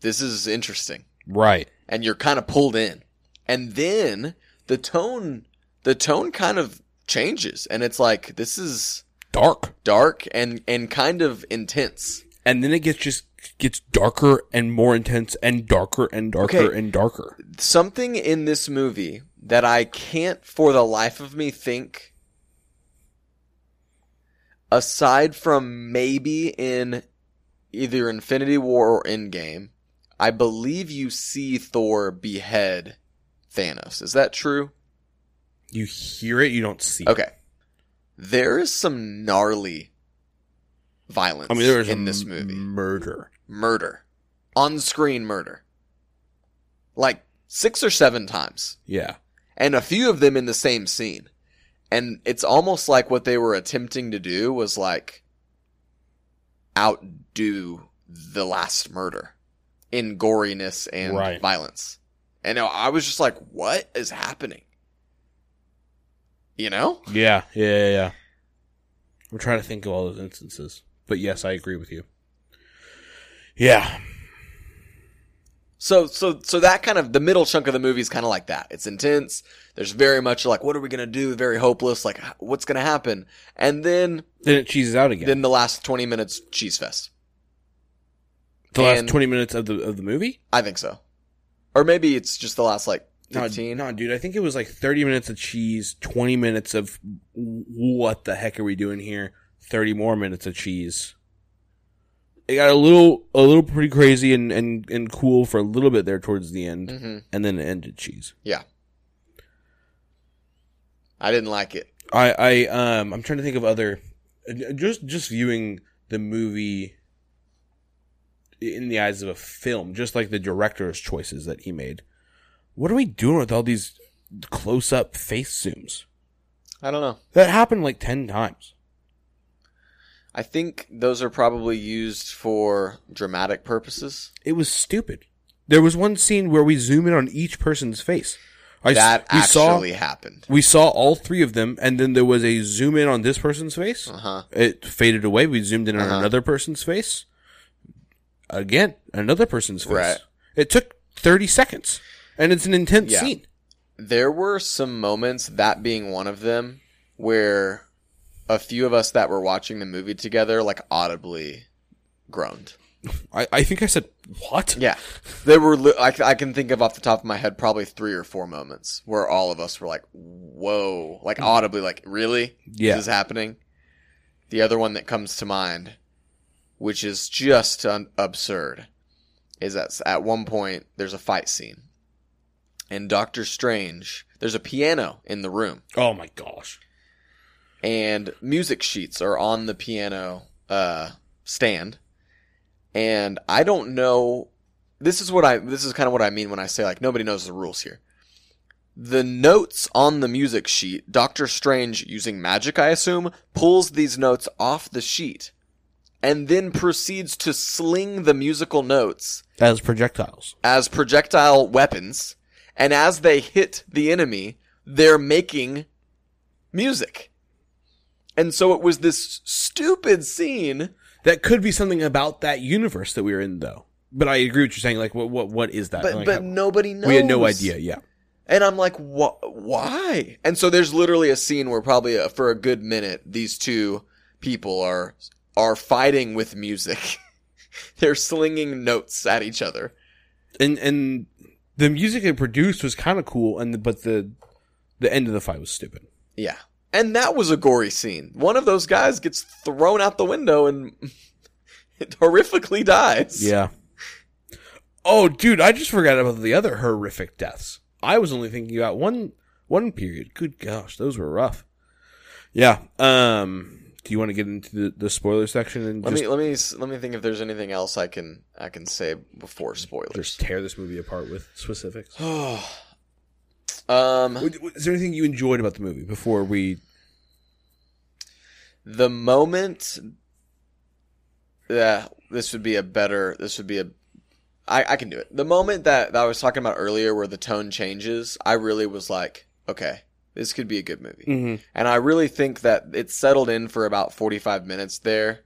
S1: this is interesting.
S2: Right.
S1: and you're kind of pulled in. And then the tone the tone kind of changes and it's like this is
S2: Dark.
S1: dark and and kind of intense.
S2: And then it gets just gets darker and more intense and darker and darker
S1: Okay.
S2: and darker.
S1: Something in this movie that I can't for the life of me think aside from maybe in either Infinity War or Endgame, I believe you see Thor behead Thanos. Is that true?
S2: You hear it, you don't see it.
S1: Okay. There is some gnarly violence
S2: I mean, there is
S1: in
S2: a
S1: this
S2: m-
S1: movie.
S2: murder.
S1: murder. On screen murder. Like six or seven times.
S2: Yeah.
S1: And a few of them in the same scene. and it's almost like what they were attempting to do was like outdo the last murder in goriness and
S2: Right.
S1: violence. And I was just like, what is happening? You know?
S2: Yeah, yeah, yeah, yeah. I'm trying to think of all those instances, but yes, I agree with you. Yeah,
S1: So so so that kind of the middle chunk of the movie is kind of like that. It's intense. There's very much like what are we going to do? Very hopeless like h- what's going to happen? And then
S2: then it cheeses out again.
S1: then the last 20 minutes cheese fest.
S2: the last
S1: and-
S2: 20 minutes of the of the movie.
S1: I think so. Or maybe it's just the last like
S2: No,
S1: 15.
S2: no, dude. I think it was like 30 minutes of cheese, 20 minutes of what the heck are we doing here? 30 more minutes of cheese. It got a little, a little pretty crazy and and and cool for a little bit there towards the end,
S1: hmm
S2: and then it ended cheese.
S1: Yeah. I didn't like it.
S2: I I um I'm trying to think of other just just viewing the movie in the eyes of a film, just like the director's choices that he made. What are we doing with all these close up face zooms?
S1: I don't know.
S2: That happened like 10 times.
S1: I think those are probably used for dramatic purposes.
S2: It was stupid. There was one scene where we zoom in on each person's face. I s-
S1: that
S2: we
S1: actually
S2: saw
S1: happened.
S2: we saw all three of them and then there was a zoom in on this person's face.
S1: Uh-huh.
S2: It faded away. We zoomed in on
S1: Uh-huh.
S2: another person's face. Again, another person's face.
S1: Right.
S2: It took 30 seconds. And it's an intense
S1: Yeah.
S2: scene.
S1: There were some moments, that being one of them, where a few of us that were watching the movie together like audibly groaned.
S2: I, I think I said, What?
S1: Yeah. There were li- I, c- I can think of off the top of my head probably 3 or 4 moments where all of us were like whoa, like audibly like really?
S2: Yeah.
S1: This is happening. The other one that comes to mind, which is just un- absurd, is that s- at one point there's a fight scene. And Doctor Strange, there's a piano in the room,
S2: Oh my gosh.
S1: and music sheets are on the piano uh, stand. And I don't know. This is what I. This is kind of what I mean when I say like nobody knows the rules here. The notes on the music sheet, Doctor Strange, using magic, I assume, pulls these notes off the sheet, and then proceeds to sling the musical notes
S2: That was projectiles.
S1: as projectile weapons, and as they hit the enemy, they're making music. And so it was this stupid scene.
S2: That could be something about that universe that we were in, though. But I agree with you saying, like, what, what, what is that?
S1: But
S2: Like,
S1: but
S2: how-
S1: nobody knows.
S2: we had no idea. Yeah.
S1: And I'm like, "Wha- why? And so there's literally a scene where probably uh for a good minute these two people are are fighting with music. They're slinging notes at each other.
S2: And, and the music it produced was kind of cool. And, the, but the, the end of the fight was stupid.
S1: Yeah. And that was a gory scene. One of those guys gets thrown out the window and horrifically dies.
S2: Yeah. Oh, dude, I just forgot about the other horrific deaths. I was only thinking about one one period. Good gosh, those were rough. Yeah. Um. Do you want to get into the, the spoiler section and
S1: Let
S2: just
S1: me let me s- let me think if there's anything else I can I can say before spoilers.
S2: just tear this movie apart with specifics?
S1: um
S2: Would- would- Is there anything you enjoyed about the movie before we?
S1: the moment yeah, this would be a better this would be a I, I can do it. The moment that, that I was talking about earlier where the tone changes, I really was like, okay, this could be a good movie. And I really think that it settled in for about 45 minutes there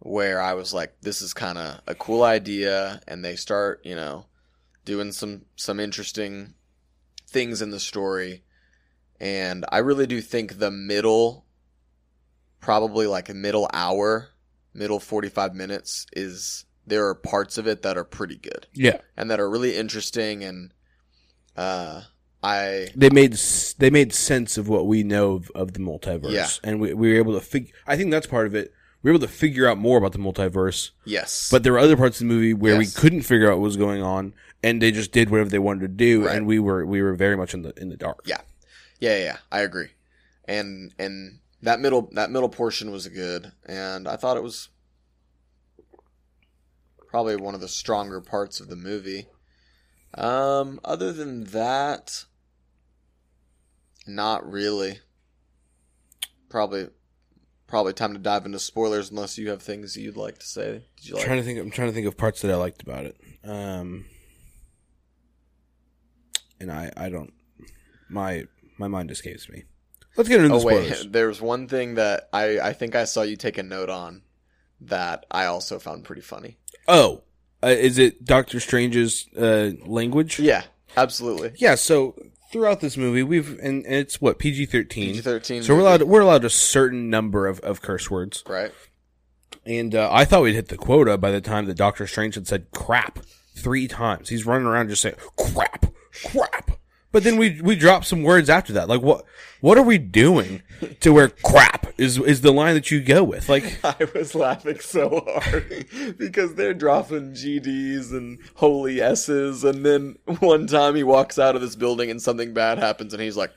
S1: where I was like this is kind of a cool idea and they start, you know, doing some some interesting things in the story and I really do think the middle probably like a middle hour, middle 45 minutes is there are parts of it that are pretty good
S2: Yeah,
S1: and that are really interesting and uh I
S2: they made s- they made sense of what we know of, of the multiverse.
S1: Yeah.
S2: and we, we were able to figure. I think that's part of it. We were able to figure out more about the multiverse
S1: yes.
S2: But there were other parts of the movie where
S1: Yes.
S2: we couldn't figure out what was going on, and they just did whatever they wanted to do,
S1: Right.
S2: and we were we were very much in the in the dark.
S1: Yeah. Yeah, yeah, yeah, I agree. And and that middle that middle portion was good, and I thought it was probably one of the stronger parts of the movie. Um, other than that, not really. probably probably time to dive into spoilers unless you have things you'd like to say. Did you
S2: I'm
S1: like?
S2: trying to think. I'm trying to think of parts that I liked about it. Um, and I, I don't. My my mind escapes me. Let's get into the
S1: oh wait,
S2: spoilers.
S1: there's one thing that I I think I saw you take a note on that I also found pretty funny.
S2: Oh, uh, is it Doctor Strange's uh, language?
S1: Yeah, absolutely.
S2: Yeah, So throughout this movie, we've and, and it's what PG thirteen.
S1: PG-13.
S2: So we're allowed we're allowed a certain number of, of curse words.
S1: right?
S2: And uh, I thought we'd hit the quota by the time that Doctor Strange had said crap three times. He's running around just saying crap, crap. But then we we drop some words after that. Like what what are we doing to where crap is is the line that you go with? Like
S1: I was laughing so hard because they're dropping GDs and holy S's, and then one time he walks out of this building and something bad happens, and he's like,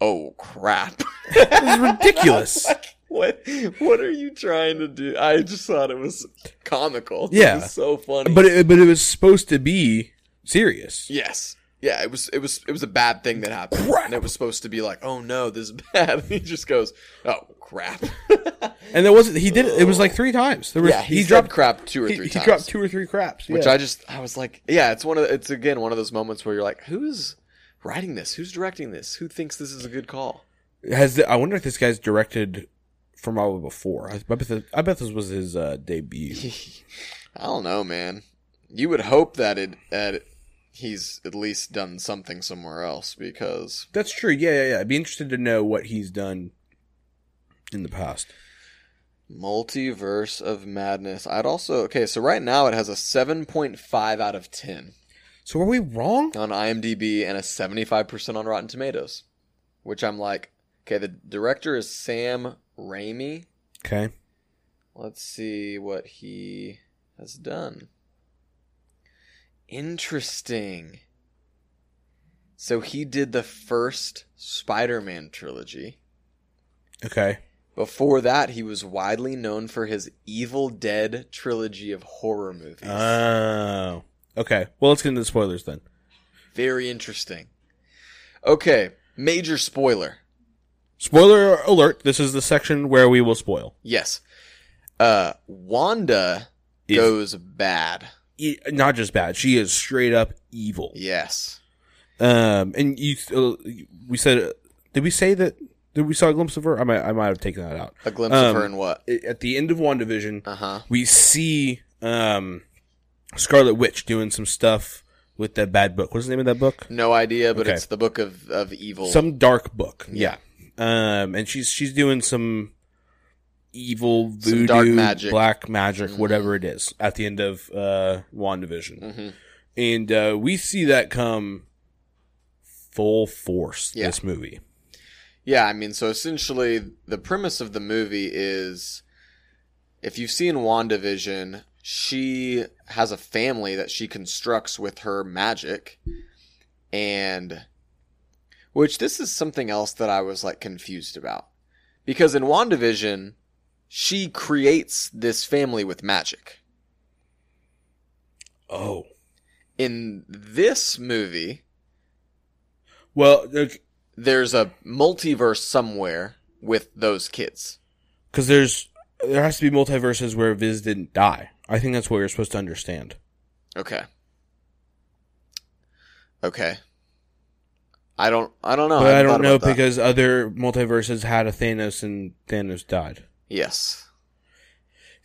S1: "Oh crap."
S2: this is ridiculous.
S1: What what are you trying to do? I just thought it was comical. It
S2: Yeah.
S1: was so funny.
S2: But it, but it was supposed to be serious.
S1: yes, yeah, it was it was it was a bad thing that happened,
S2: Crap.
S1: and it was supposed to be like, oh no, this is bad. he just goes, oh crap.
S2: And there wasn't he did it, it was like three times. There was
S1: yeah, he, dropped crap two or
S2: he,
S1: three
S2: he
S1: times.
S2: dropped two or three craps.
S1: which
S2: yeah.
S1: I just I was like, yeah, it's one of the, it's again one of those moments where you're like, who's writing this? Who's directing this? Who thinks this is a good call?
S2: Has the, I wonder if this guy's directed from all before. I bet, this- I bet this was his uh, debut.
S1: I don't know, man. You would hope that it that he's at least done something somewhere else because
S2: That's true. Yeah, yeah, yeah. I'd be interested to know what he's done in the past.
S1: Multiverse of Madness. I'd also okay. So right now it has a seven point five out of ten
S2: So are we wrong?
S1: on IMDb and a seventy five percent on Rotten Tomatoes, which I'm like, okay. The director is Sam Raimi.
S2: Okay.
S1: Let's see what he has done. Interesting. So he did the first Spider-Man trilogy.
S2: Okay.
S1: Before that, he was widely known for his Evil Dead trilogy of horror movies.
S2: Oh. Okay. Well, let's get into the spoilers then.
S1: Very interesting. Okay, major spoiler.
S2: Spoiler alert. This is the section where we will spoil.
S1: Yes. Uh Wanda
S2: Is-
S1: goes bad.
S2: E- not just bad. She is straight up evil.
S1: Yes.
S2: Um, and you, uh, we said, did we say that? Did we saw a glimpse of her? I might, I might have taken that out.
S1: A glimpse of
S2: Um,
S1: her in what?
S2: I- At the end of WandaVision,
S1: Uh-huh.
S2: we see um, Scarlet Witch doing some stuff with that bad book. What's the name of that book?
S1: No idea, but
S2: Okay.
S1: it's the book of, of evil.
S2: Some dark book. Yeah. Um, and she's she's doing some evil voodoo,
S1: dark magic. Mm-hmm.
S2: black magic, whatever it is. At the end of uh, Wandavision,
S1: Mhm.
S2: and uh, we see that come full force.
S1: Yeah.
S2: This movie.
S1: Yeah, I mean, so essentially, the premise of the movie is if you've seen WandaVision, she has a family that she constructs with her magic. And. Which this is something else that I was like confused about. Because in WandaVision, she creates this family with magic.
S2: Oh
S1: In this movie,
S2: well, because
S1: there's a multiverse somewhere with those kids.
S2: there's there has to be multiverses where Viz didn't die. I think that's what you're supposed to understand.
S1: Okay. Okay. I don't. Oh, I don't know.
S2: but I
S1: hadn't
S2: don't
S1: thought
S2: know
S1: about that.
S2: because other multiverses had a Thanos and Thanos died.
S1: yes.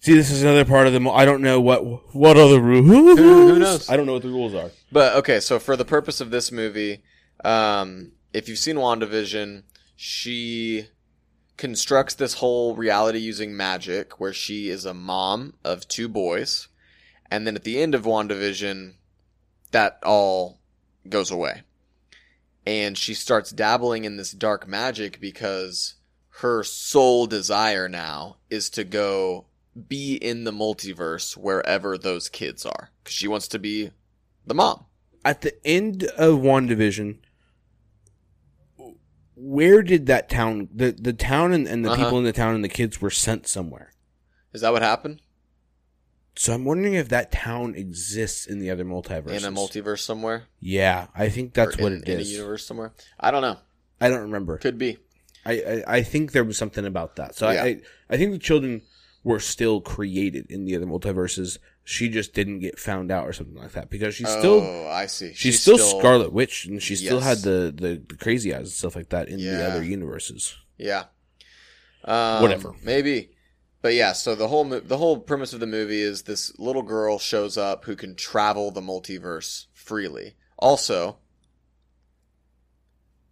S2: See, this is another part of the. Mo- I don't know what what are the rules.
S1: who knows?
S2: I don't know what the rules are.
S1: But okay. So for the purpose of this movie, um, if you've seen WandaVision, she constructs this whole reality using magic, where she is a mom of two boys, and then at the end of WandaVision, that all goes away. And she starts dabbling in this dark magic because her sole desire now is to go be in the multiverse wherever those kids are. Because she wants to be the mom.
S2: At the end of WandaVision, where did that town, the the town and, and the
S1: Uh-huh.
S2: people in the town and the kids were sent somewhere?
S1: Is that what happened?
S2: So I'm wondering if that town exists in the other multiverses.
S1: In a multiverse somewhere?
S2: yeah, I think that's
S1: Or
S2: what
S1: in,
S2: it
S1: in a
S2: is.
S1: universe somewhere? I don't know.
S2: I don't remember.
S1: Could be.
S2: I, I, I think there was something about that. So I,
S1: Yeah.
S2: I, I think the children were still created in the other multiverses. She just didn't get found out or something like that because she's still
S1: oh, I see.
S2: she's, still, Scarlet Witch and she still
S1: Yes.
S2: had the, the, the crazy eyes and stuff like that in the
S1: Yeah.
S2: other universes.
S1: Yeah. Um,
S2: Whatever.
S1: Maybe. But yeah, so the whole mo- the whole premise of the movie is this little girl shows up who can travel the multiverse freely. Also,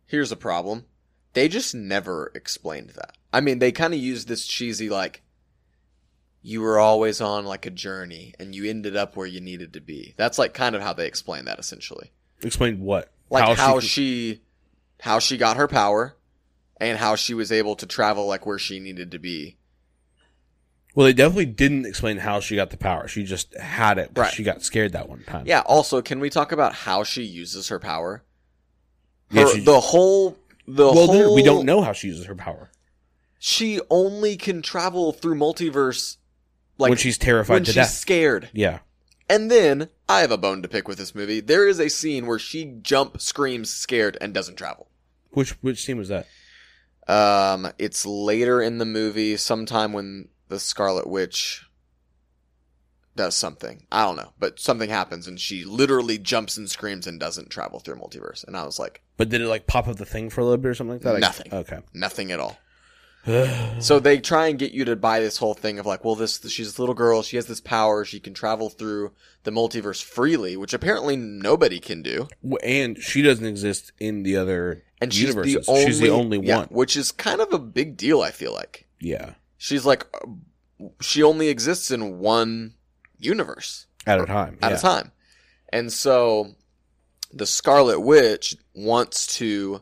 S1: here's a problem. They just never explained that. I mean, they kind of used this cheesy like you were always on like a journey and you ended up where you needed to be. That's like kind of how they explain that essentially
S2: Explain what?
S1: like how,
S2: she,
S1: she, how she got her power and how she was able to travel like where she needed to be
S2: Well, they definitely didn't explain how she got the power. She just had it. 'cause
S1: Right.
S2: She got scared that one time.
S1: yeah also can we talk about how she uses her power her,
S2: Yeah, she-
S1: the whole the
S2: well, there-
S1: whole
S2: we don't know how she uses her power
S1: she only can travel through multiverse like
S2: when she's terrified
S1: when
S2: to
S1: she's
S2: death.
S1: scared
S2: yeah.
S1: and then i have a bone to pick with this movie there is a scene where she jump screams scared and doesn't travel
S2: Which which scene was that?
S1: Um, it's later in the movie, sometime when the Scarlet Witch does something. I don't know, but something happens and she literally jumps and screams and doesn't travel through multiverse. And I was like,
S2: But did it like pop up the thing for a little bit or something like that? I-
S1: Nothing.
S2: okay.
S1: nothing at all.
S2: Hmm.
S1: so they try and get you to buy this whole thing of like, well, this she's this little girl, she has this power, she can travel through the multiverse freely, which apparently nobody can do.
S2: W- And she doesn't exist in the other
S1: And she's the
S2: universes.
S1: only,
S2: she's the only
S1: yeah,
S2: one.
S1: which is kind of a big deal. I feel like.
S2: Yeah.
S1: she's like uh, she only exists in one universe
S2: At a time.
S1: at
S2: yeah.
S1: a time and so the scarlet witch wants to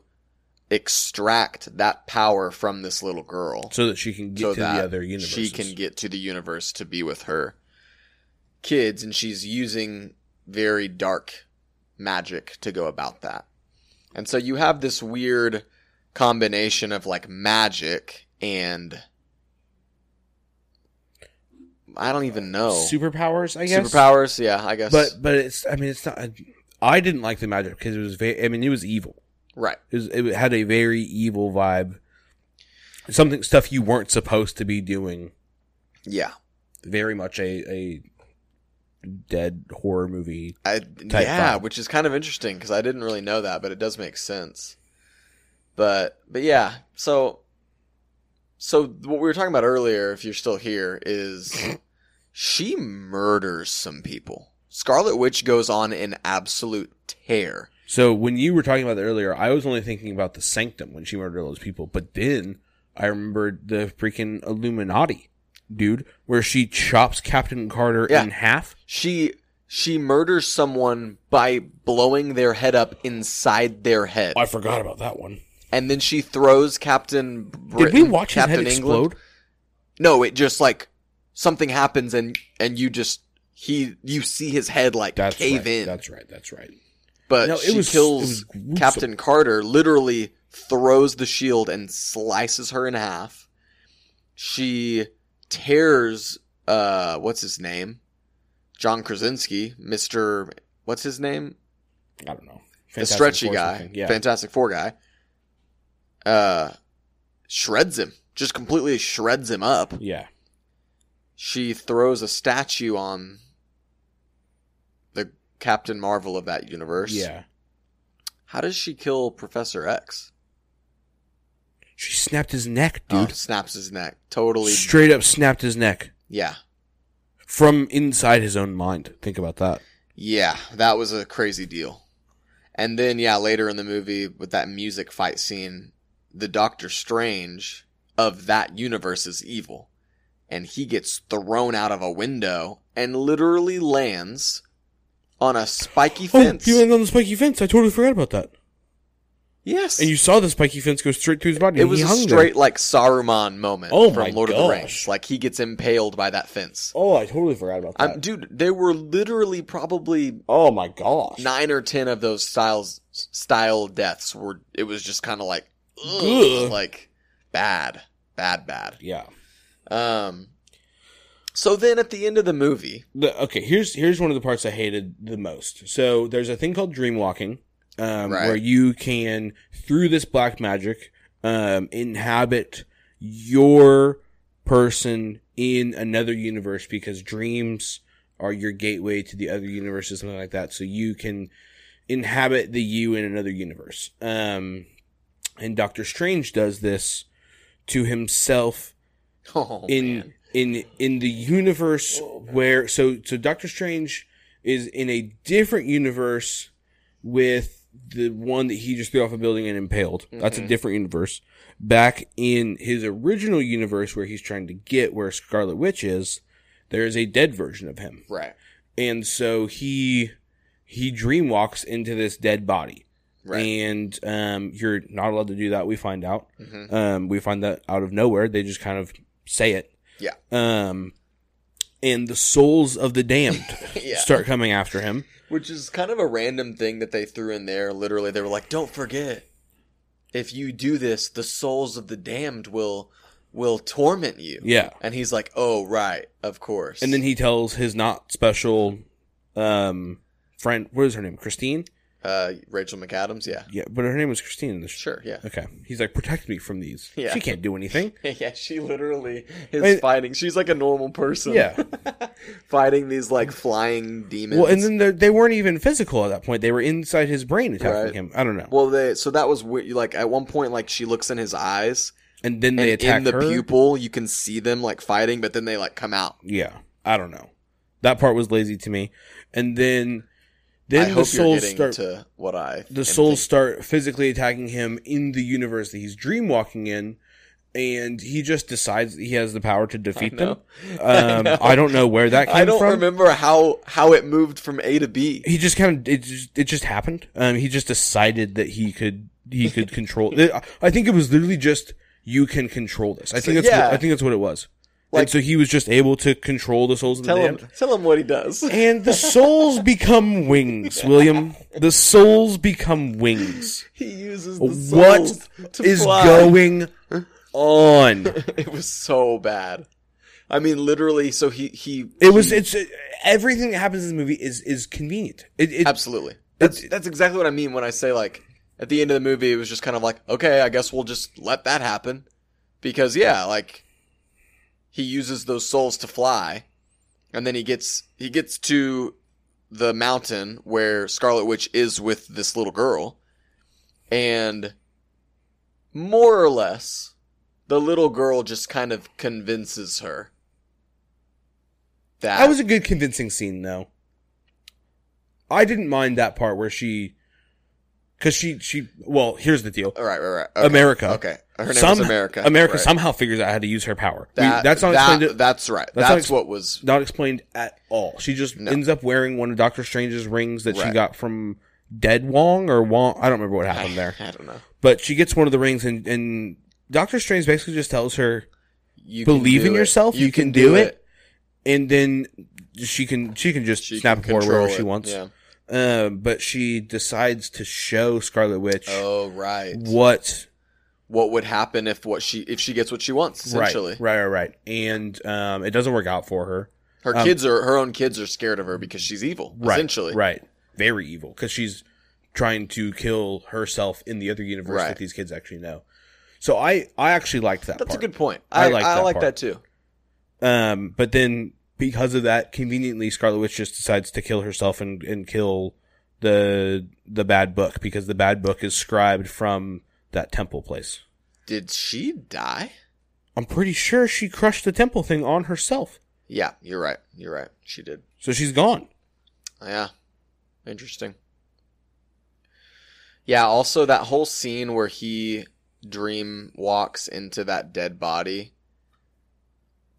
S1: extract that power from this little girl
S2: So that she can get
S1: so
S2: to
S1: that
S2: the other universe.
S1: she can get to the universe to be with her kids and she's using very dark magic to go about that and so you have this weird combination of like magic and i don't even know
S2: superpowers, I guess.
S1: oh. superpowers yeah i guess
S2: But but it's I mean it's not I didn't like the magic because it was very I mean it was evil.
S1: right
S2: It, was, it had a very evil vibe. Something stuff you weren't supposed to be doing.
S1: yeah
S2: Very much a a dead horror movie.
S1: I, yeah,
S2: vibe.
S1: which is kind of interesting because I didn't really know that, but it does make sense. But but yeah, so so what we were talking about earlier, if you're still here, is she murders some people. Scarlet Witch goes on an absolute tear.
S2: So when you were talking about that earlier, I was only thinking about the Sanctum when she murdered all those people. But then I remembered the freaking Illuminati, dude, where she chops Captain Carter
S1: Yeah.
S2: in half.
S1: She she murders someone by blowing their head up inside their head,
S2: I forgot about that one.
S1: and then she throws Captain.
S2: Did
S1: Britain,
S2: we watch his
S1: Captain
S2: head
S1: England-
S2: explode?
S1: No, it just like something happens and and you just he you see his head like
S2: That's
S1: cave
S2: right.
S1: in.
S2: That's right. That's right.
S1: but
S2: No,
S1: Uh,
S2: it
S1: she
S2: was- it was
S1: kills
S2: gruesome.
S1: Captain Carter. Literally throws the shield and slices her in half. She tears uh what's his name? John Krasinski, Mister. What's his name?
S2: I don't know.
S1: the
S2: Fantastic
S1: stretchy
S2: Four or
S1: guy,
S2: something. Yeah.
S1: Fantastic Four guy. Uh, shreds him. Just completely shreds him up.
S2: yeah.
S1: she throws a statue on the Captain Marvel of that universe.
S2: Yeah.
S1: How does she kill Professor X?
S2: She snapped his neck,
S1: Oh,
S2: dude.
S1: snaps his neck. Totally.
S2: Straight up snapped his neck
S1: yeah.
S2: from inside his own mind. Think about that.
S1: Yeah. That was a crazy deal. And then, yeah, later in the movie with that music fight scene, the Doctor Strange of that universe is evil. And he gets thrown out of a window and literally lands on a spiky fence.
S2: Oh, he landed on the spiky fence. I totally forgot about that.
S1: yes.
S2: And you saw the spiky fence go straight through his body.
S1: It
S2: and
S1: was
S2: he
S1: a
S2: hung
S1: straight
S2: There.
S1: like Saruman moment
S2: Oh my
S1: from Lord of the
S2: gosh.
S1: Rings. Like he gets impaled by that fence.
S2: Oh, I totally forgot about that.
S1: Um, dude, there were literally probably
S2: oh my gosh.
S1: nine or ten of those styles style deaths. Were it was just kind of like, ugh,
S2: Ugh.
S1: like bad, bad, bad.
S2: yeah.
S1: Um. So then at the end of the movie,
S2: The, okay. Here's here's one of the parts I hated the most. So there's a thing called dream walking, um,
S1: Right.
S2: where you can through this black magic um, inhabit your person in another universe because dreams are your gateway to the other universes, something like that. So you can inhabit the you in another universe. Um, and Doctor Strange does this to himself
S1: Oh,
S2: in
S1: man. Oh,
S2: in in the universe where so so Doctor Strange is in a different universe with the one that he just threw off a building and impaled. That's
S1: Mm-hmm.
S2: a different universe. Back in his original universe where he's trying to get where Scarlet Witch is, there is a dead version of him.
S1: Right.
S2: And so he he dreamwalks into this dead body.
S1: Right.
S2: And um, you're not allowed to do that, we find out.
S1: hmm
S2: Um, we find that out of nowhere. They just kind of say it.
S1: Yeah.
S2: Um, and the souls of the damned
S1: Yeah.
S2: start coming after him.
S1: Which is kind of a random thing that they threw in there. Literally, they were like, "Don't forget, if you do this, the souls of the damned will will torment you."
S2: Yeah.
S1: And he's like, "Oh, right, of course."
S2: And then he tells his not special um, friend, what is her name? Christine?
S1: uh, Rachel McAdams, yeah,
S2: Yeah, but her name was Christine in the show.
S1: sure, yeah,
S2: Okay. He's like, protect me from these.
S1: Yeah.
S2: She can't do anything.
S1: yeah. She literally is
S2: Wait.
S1: fighting. She's like a normal person,
S2: Yeah.
S1: fighting these like flying demons.
S2: Well, and then they're- they weren't even physical at that point. They were inside his brain attacking
S1: Right.
S2: him. I don't know.
S1: Well, they so that was weird. Like at one point, like she looks in his eyes,
S2: and then
S1: and
S2: they attack
S1: in the
S2: her.
S1: pupil, you can see them like fighting, but then they like come out.
S2: yeah, I don't know. That part was lazy to me. And then,
S1: I
S2: then the
S1: hope you're
S2: souls
S1: getting
S2: start.
S1: to what I
S2: the
S1: am
S2: souls start physically attacking him in the universe that he's dreamwalking in, and he just decides that he has the power to defeat them. Um, I,
S1: know.
S2: don't know where that came
S1: I don't
S2: from.
S1: remember how how it moved from A to B.
S2: He just kind of it just, it just happened. Um, he just decided that he could he could control. I- I think it was literally just you can control this. I think that's
S1: yeah.
S2: what, I think that's what it was.
S1: Like-
S2: and so he was just able to control the souls of
S1: Tell
S2: the
S1: him
S2: damned.
S1: tell him what he does.
S2: And the souls become wings, William. The souls become wings.
S1: He uses the
S2: What
S1: souls to
S2: is
S1: fly.
S2: going on?
S1: It was so bad. I mean, literally. So he he
S2: It was. It's everything that happens in the movie is is convenient. It, it
S1: absolutely. That's that's exactly what I mean when I say like at the end of the movie, it was just kind of like, okay, I guess we'll just let that happen because yeah, like he uses those souls to fly, and then he gets he gets to the mountain where Scarlet Witch is with this little girl, and more or less, the little girl just kind of convinces her that
S2: that was a good convincing scene, though. I didn't mind that part where she, because she she. Well, here's the deal.
S1: all right, right, right. Okay.
S2: America.
S1: Okay, her name is
S2: Some-
S1: America.
S2: America
S1: Right.
S2: somehow figures out how to use her power. We-
S1: That-
S2: that's not
S1: that-
S2: explained.
S1: That's right.
S2: that's
S1: That's,
S2: not ex-
S1: what was
S2: not explained at all. She just ends up wearing one of Doctor Strange's rings that she
S1: Right.
S2: got from Dead Wong or Wong. I don't remember what happened there.
S1: I don't know.
S2: But she gets one of the rings, and, and Doctor Strange basically just tells her,
S1: You can
S2: Believe
S1: do
S2: in
S1: it.
S2: yourself, you can do it. and then she can she can just
S1: She
S2: snap
S1: can
S2: it forward wherever
S1: control
S2: she
S1: it.
S2: wants.
S1: Yeah.
S2: Um, but she decides to show Scarlet Witch
S1: Oh right.
S2: what
S1: What would happen if what she if she gets what she wants?
S2: right,
S1: Essentially,
S2: right, right, right, and um, it doesn't work out for her.
S1: her kids are her own kids are scared of her because she's evil.
S2: Um, Right,
S1: essentially,
S2: right, very evil because she's trying to kill herself in the other universe
S1: Right.
S2: that these kids actually know. So I I actually liked that.
S1: That's
S2: part.
S1: a good point.
S2: I
S1: I,
S2: like
S1: like I
S2: that
S1: like
S2: part.
S1: that too.
S2: Um, but then because of that, conveniently Scarlet Witch just decides to kill herself and, and kill the the bad book because the bad book is scribed from that temple place.
S1: Did she die?
S2: I'm pretty sure she crushed the temple thing on herself.
S1: Yeah, you're right. You're right. She did.
S2: So she's gone.
S1: Yeah. Interesting. Yeah, also that whole scene where he dream walks into that dead body.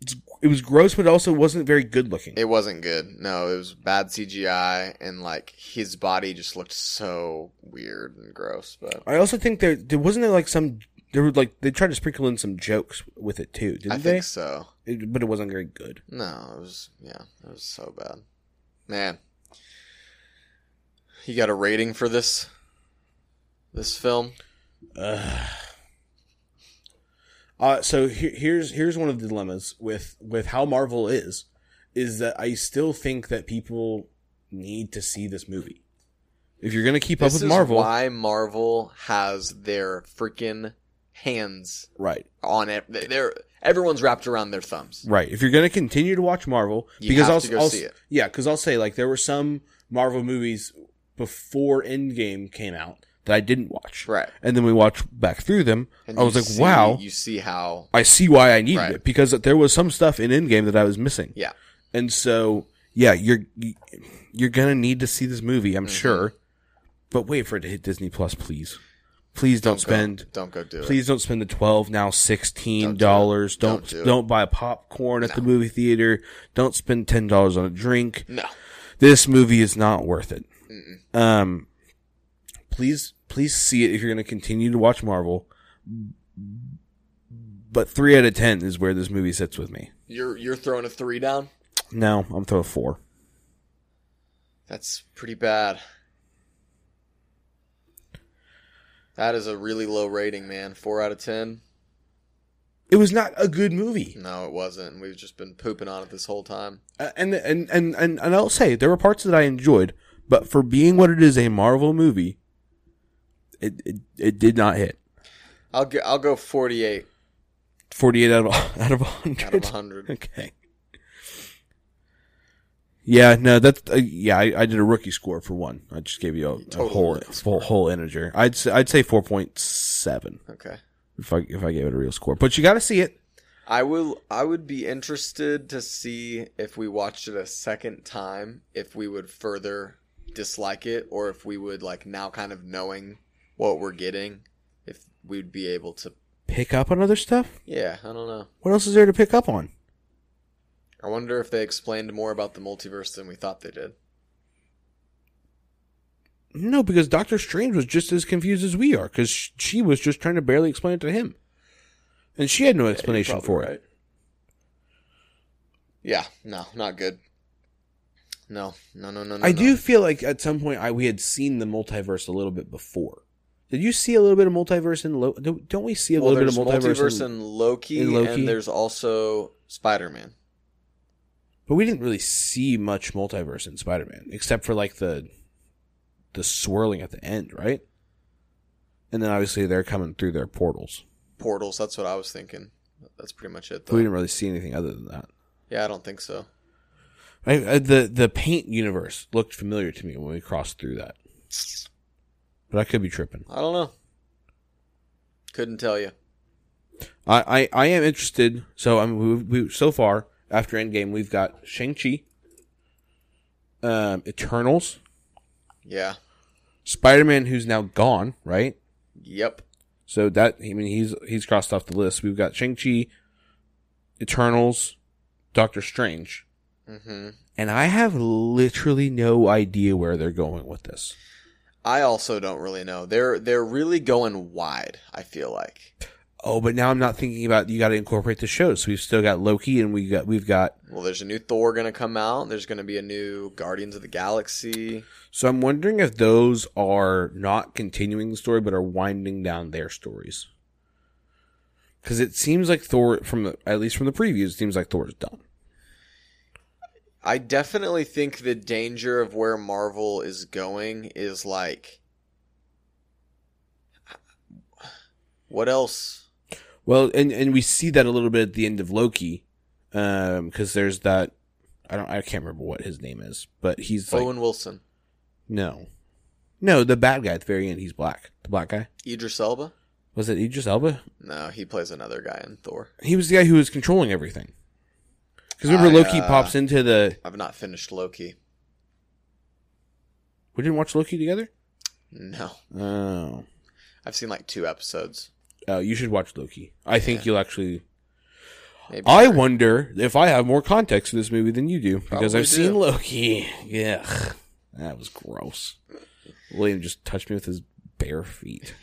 S2: It's, it was gross, but it also wasn't very good looking.
S1: It wasn't good. No, it was bad CGI and like his body just looked so weird and gross, but
S2: I also think there there wasn't there like some there were like they tried to sprinkle in some jokes with it too, didn't
S1: I
S2: they?
S1: think so.
S2: It- but it wasn't very good.
S1: No, it was yeah, it was so bad. Man. You got a rating for this this film?
S2: Uh, so he- here's here's one of the dilemmas with with how Marvel is, is that I still think that people need to see this movie. If you're gonna keep up
S1: this
S2: with
S1: is
S2: Marvel,
S1: why Marvel has their freaking hands
S2: Right.
S1: on it. They- They're everyone's wrapped around their thumbs.
S2: Right. If you're going to continue to watch Marvel,
S1: You
S2: because
S1: have
S2: I'll,
S1: to go
S2: I'll-
S1: see it.
S2: yeah, because I'll say like there were some Marvel movies before Endgame came out that I didn't watch,
S1: Right.
S2: and then we watched back through them.
S1: And
S2: I was
S1: you
S2: like,
S1: see-
S2: wow,
S1: You see how?
S2: I see why I needed
S1: Right.
S2: it because there was some stuff in Endgame that I was missing,
S1: Yeah.
S2: and so yeah, you're you- you're gonna need to see this movie,
S1: Mm-hmm.
S2: I'm sure. But wait for it to hit Disney Plus, please. Please don't, spend.
S1: Go, don't go do it.
S2: Please don't spend the twelve now sixteen dollars.
S1: Don't
S2: Don't
S1: do
S2: don't,
S1: it. Don't do it.
S2: buy popcorn at the movie theater. Don't spend ten dollars on a drink.
S1: No.
S2: This movie is not worth it. Um, please please see it if you're going to continue to watch Marvel. But three out of ten is where this movie sits with me.
S1: You're you're throwing a three down.
S2: No, I'm throwing a four.
S1: That's pretty bad. That is a really low rating, man. Four out of ten.
S2: It was not a good movie.
S1: No, it wasn't. We've just been pooping on it this whole time.
S2: Uh, and and and and and I'll say there were parts that I enjoyed, but for being what it is, a Marvel movie, it it, it did not hit.
S1: I'll go, I'll go 48
S2: Forty eight out of out of
S1: out of
S2: hundred.
S1: 100.
S2: Okay. Yeah, no, that's uh, yeah. I, I did a rookie score for one. I just gave you a, a
S1: Total
S2: whole
S1: rookie
S2: full, whole integer. I'd say, I'd say four point seven
S1: Okay.
S2: if I if I gave it a real score. But you got to see it.
S1: I will I would be interested to see if we watched it a second time if we would further dislike it or if we would like now kind of knowing what we're getting if we'd be able to
S2: Pick up on other stuff.
S1: Yeah, I don't know.
S2: What else is there to pick up on?
S1: I wonder if they explained more about the multiverse than we thought they did.
S2: No, because Doctor Strange was just as confused as we are because she was just trying to barely explain it to him, and she had no explanation
S1: probably
S2: for
S1: right.
S2: it.
S1: Yeah, no, not good. No, no, no, no, no.
S2: I
S1: no.
S2: do feel like at some point I we had seen the multiverse a little bit before. Did you see a little bit of multiverse in? Lo- don't don't we see a
S1: Well,
S2: little
S1: there's
S2: bit of multiverse? in-
S1: in, Loki,
S2: in Loki?
S1: and there's also Spider-Man.
S2: But we didn't really see much multiverse in Spider Man, except for like the the swirling at the end, right? And then obviously they're coming through their portals.
S1: Portals, that's what I was thinking. That's pretty much it
S2: But we
S1: though.
S2: didn't really see anything other than that.
S1: Yeah, I don't think so.
S2: I, I, the the paint universe looked familiar to me when we crossed through that, but I could be tripping.
S1: I don't know. Couldn't tell you.
S2: I, I, I am interested. So I'm we, we so far after Endgame we've got Shang Chi, um, Eternals,
S1: Yeah.
S2: Spider Man who's now gone, right?
S1: Yep.
S2: So that I mean he's he's crossed off the list. We've got Shang Chi, Eternals, Doctor Strange,
S1: hmm
S2: and I have literally no idea where they're going with this.
S1: I also don't really know. They're they're really going wide. I feel like
S2: Oh, but now I'm not thinking about you got to incorporate the shows. So we've still got Loki, and we got we've got.
S1: Well, there's a new Thor gonna come out. There's gonna be a new Guardians of the Galaxy.
S2: So I'm wondering if those are not continuing the story, but are winding down their stories. Because it seems like Thor, from the, at least from the previews, it seems like Thor is done.
S1: I definitely think the danger of where Marvel is going is like, what else?
S2: Well, and and we see that a little bit at the end of Loki, because there's that. I don't. I can't remember what his name is, but he's like
S1: Owen Wilson,
S2: no, no, the bad guy at the very end. He's black. The black guy
S1: Idris Elba.
S2: was it Idris Elba?
S1: No, he plays another guy in Thor.
S2: He was the guy who was controlling everything. Because remember,
S1: I,
S2: Loki
S1: uh,
S2: pops into the.
S1: I've not finished Loki.
S2: We didn't watch Loki together.
S1: No,
S2: Oh,
S1: I've seen like two episodes.
S2: oh, you should watch Loki. I think
S1: Yeah.
S2: you'll actually.
S1: Maybe
S2: I wonder if I have more context to this movie than you do because
S1: Probably
S2: I've seen
S1: do.
S2: Loki. Yeah, that was gross. William just touched me with his bare feet.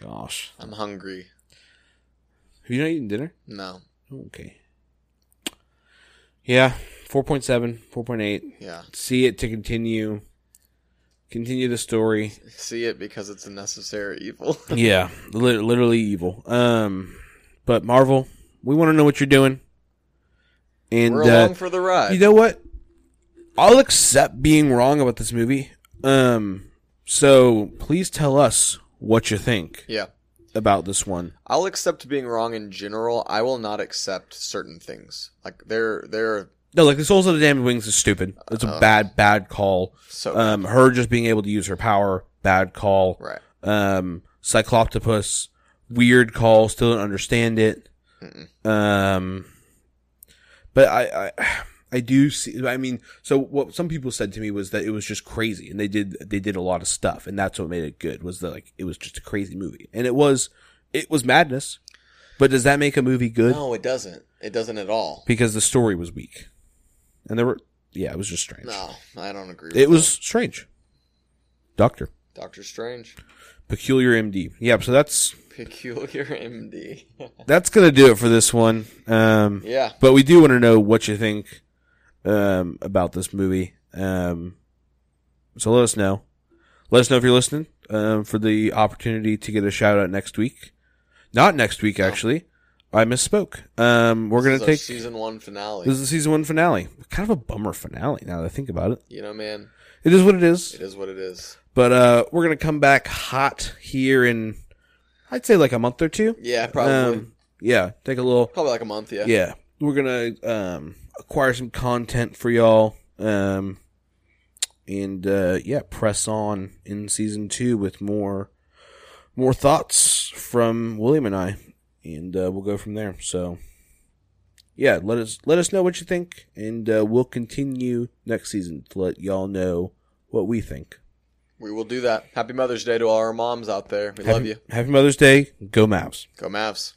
S2: Gosh,
S1: I'm hungry.
S2: have you not eaten dinner? Oh,
S1: No,
S2: Okay. Yeah, 4.7, 4.8.
S1: yeah,
S2: See it to continue, continue the story.
S1: see it because it's a necessary evil.
S2: yeah, li- literally evil. Um, but Marvel, we want to know what you're doing. And
S1: We're
S2: uh,
S1: along for the ride.
S2: you know what? I'll accept being wrong about this movie. Um, so please tell us what you think.
S1: yeah,
S2: about this one.
S1: I'll accept being wrong in general. I will not accept certain things. Like they're they're
S2: No, like the Souls of the Damned Wings is stupid. It's a bad, bad call.
S1: so
S2: Um, her just being able to use her power, bad call.
S1: right.
S2: Um, Cycloptopus, weird call. Still don't understand it. Um, but I, I, I do see. I mean, so what some people said to me was that it was just crazy, and they did they did a lot of stuff, and that's what made it good. Was that like it was just a crazy movie, and it was it was madness. But does that make a movie good?
S1: No, it doesn't. It doesn't at all.
S2: Because the story was weak, and there were yeah, it was just strange.
S1: No, I don't agree. With
S2: It was strange. Doctor.
S1: Doctor Strange,
S2: Peculiar MD. Yeah, so that's
S1: peculiar MD.
S2: that's gonna do it for this one. Um,
S1: yeah,
S2: but we do want to know what you think um, about this movie. Um, so let us know. Let us know if you're listening um, for the opportunity to get a shout out next week. Not next week, actually. I misspoke. Um, we're
S1: This
S2: gonna
S1: is our
S2: take this
S1: season one finale.
S2: is the season one finale. Kind of a bummer finale now that I think about it.
S1: you know, man,
S2: It is what it is.
S1: it is what it is.
S2: But uh, we're gonna come back hot here in, I'd say like a month or two.
S1: Yeah, probably
S2: Um, yeah, take a little.
S1: probably like a month. Yeah,
S2: Yeah, we're gonna um, acquire some content for y'all, um, and uh, yeah, press on in season two with more, more thoughts from William and I, and uh, we'll go from there. So, yeah, let us let us know what you think, and uh, we'll continue next season to let y'all know what we think.
S1: we will do that. Happy Mother's Day to all our moms out there. We love
S2: Happy-
S1: you.
S2: Happy Mother's Day. Go Mavs.
S1: Go Mavs.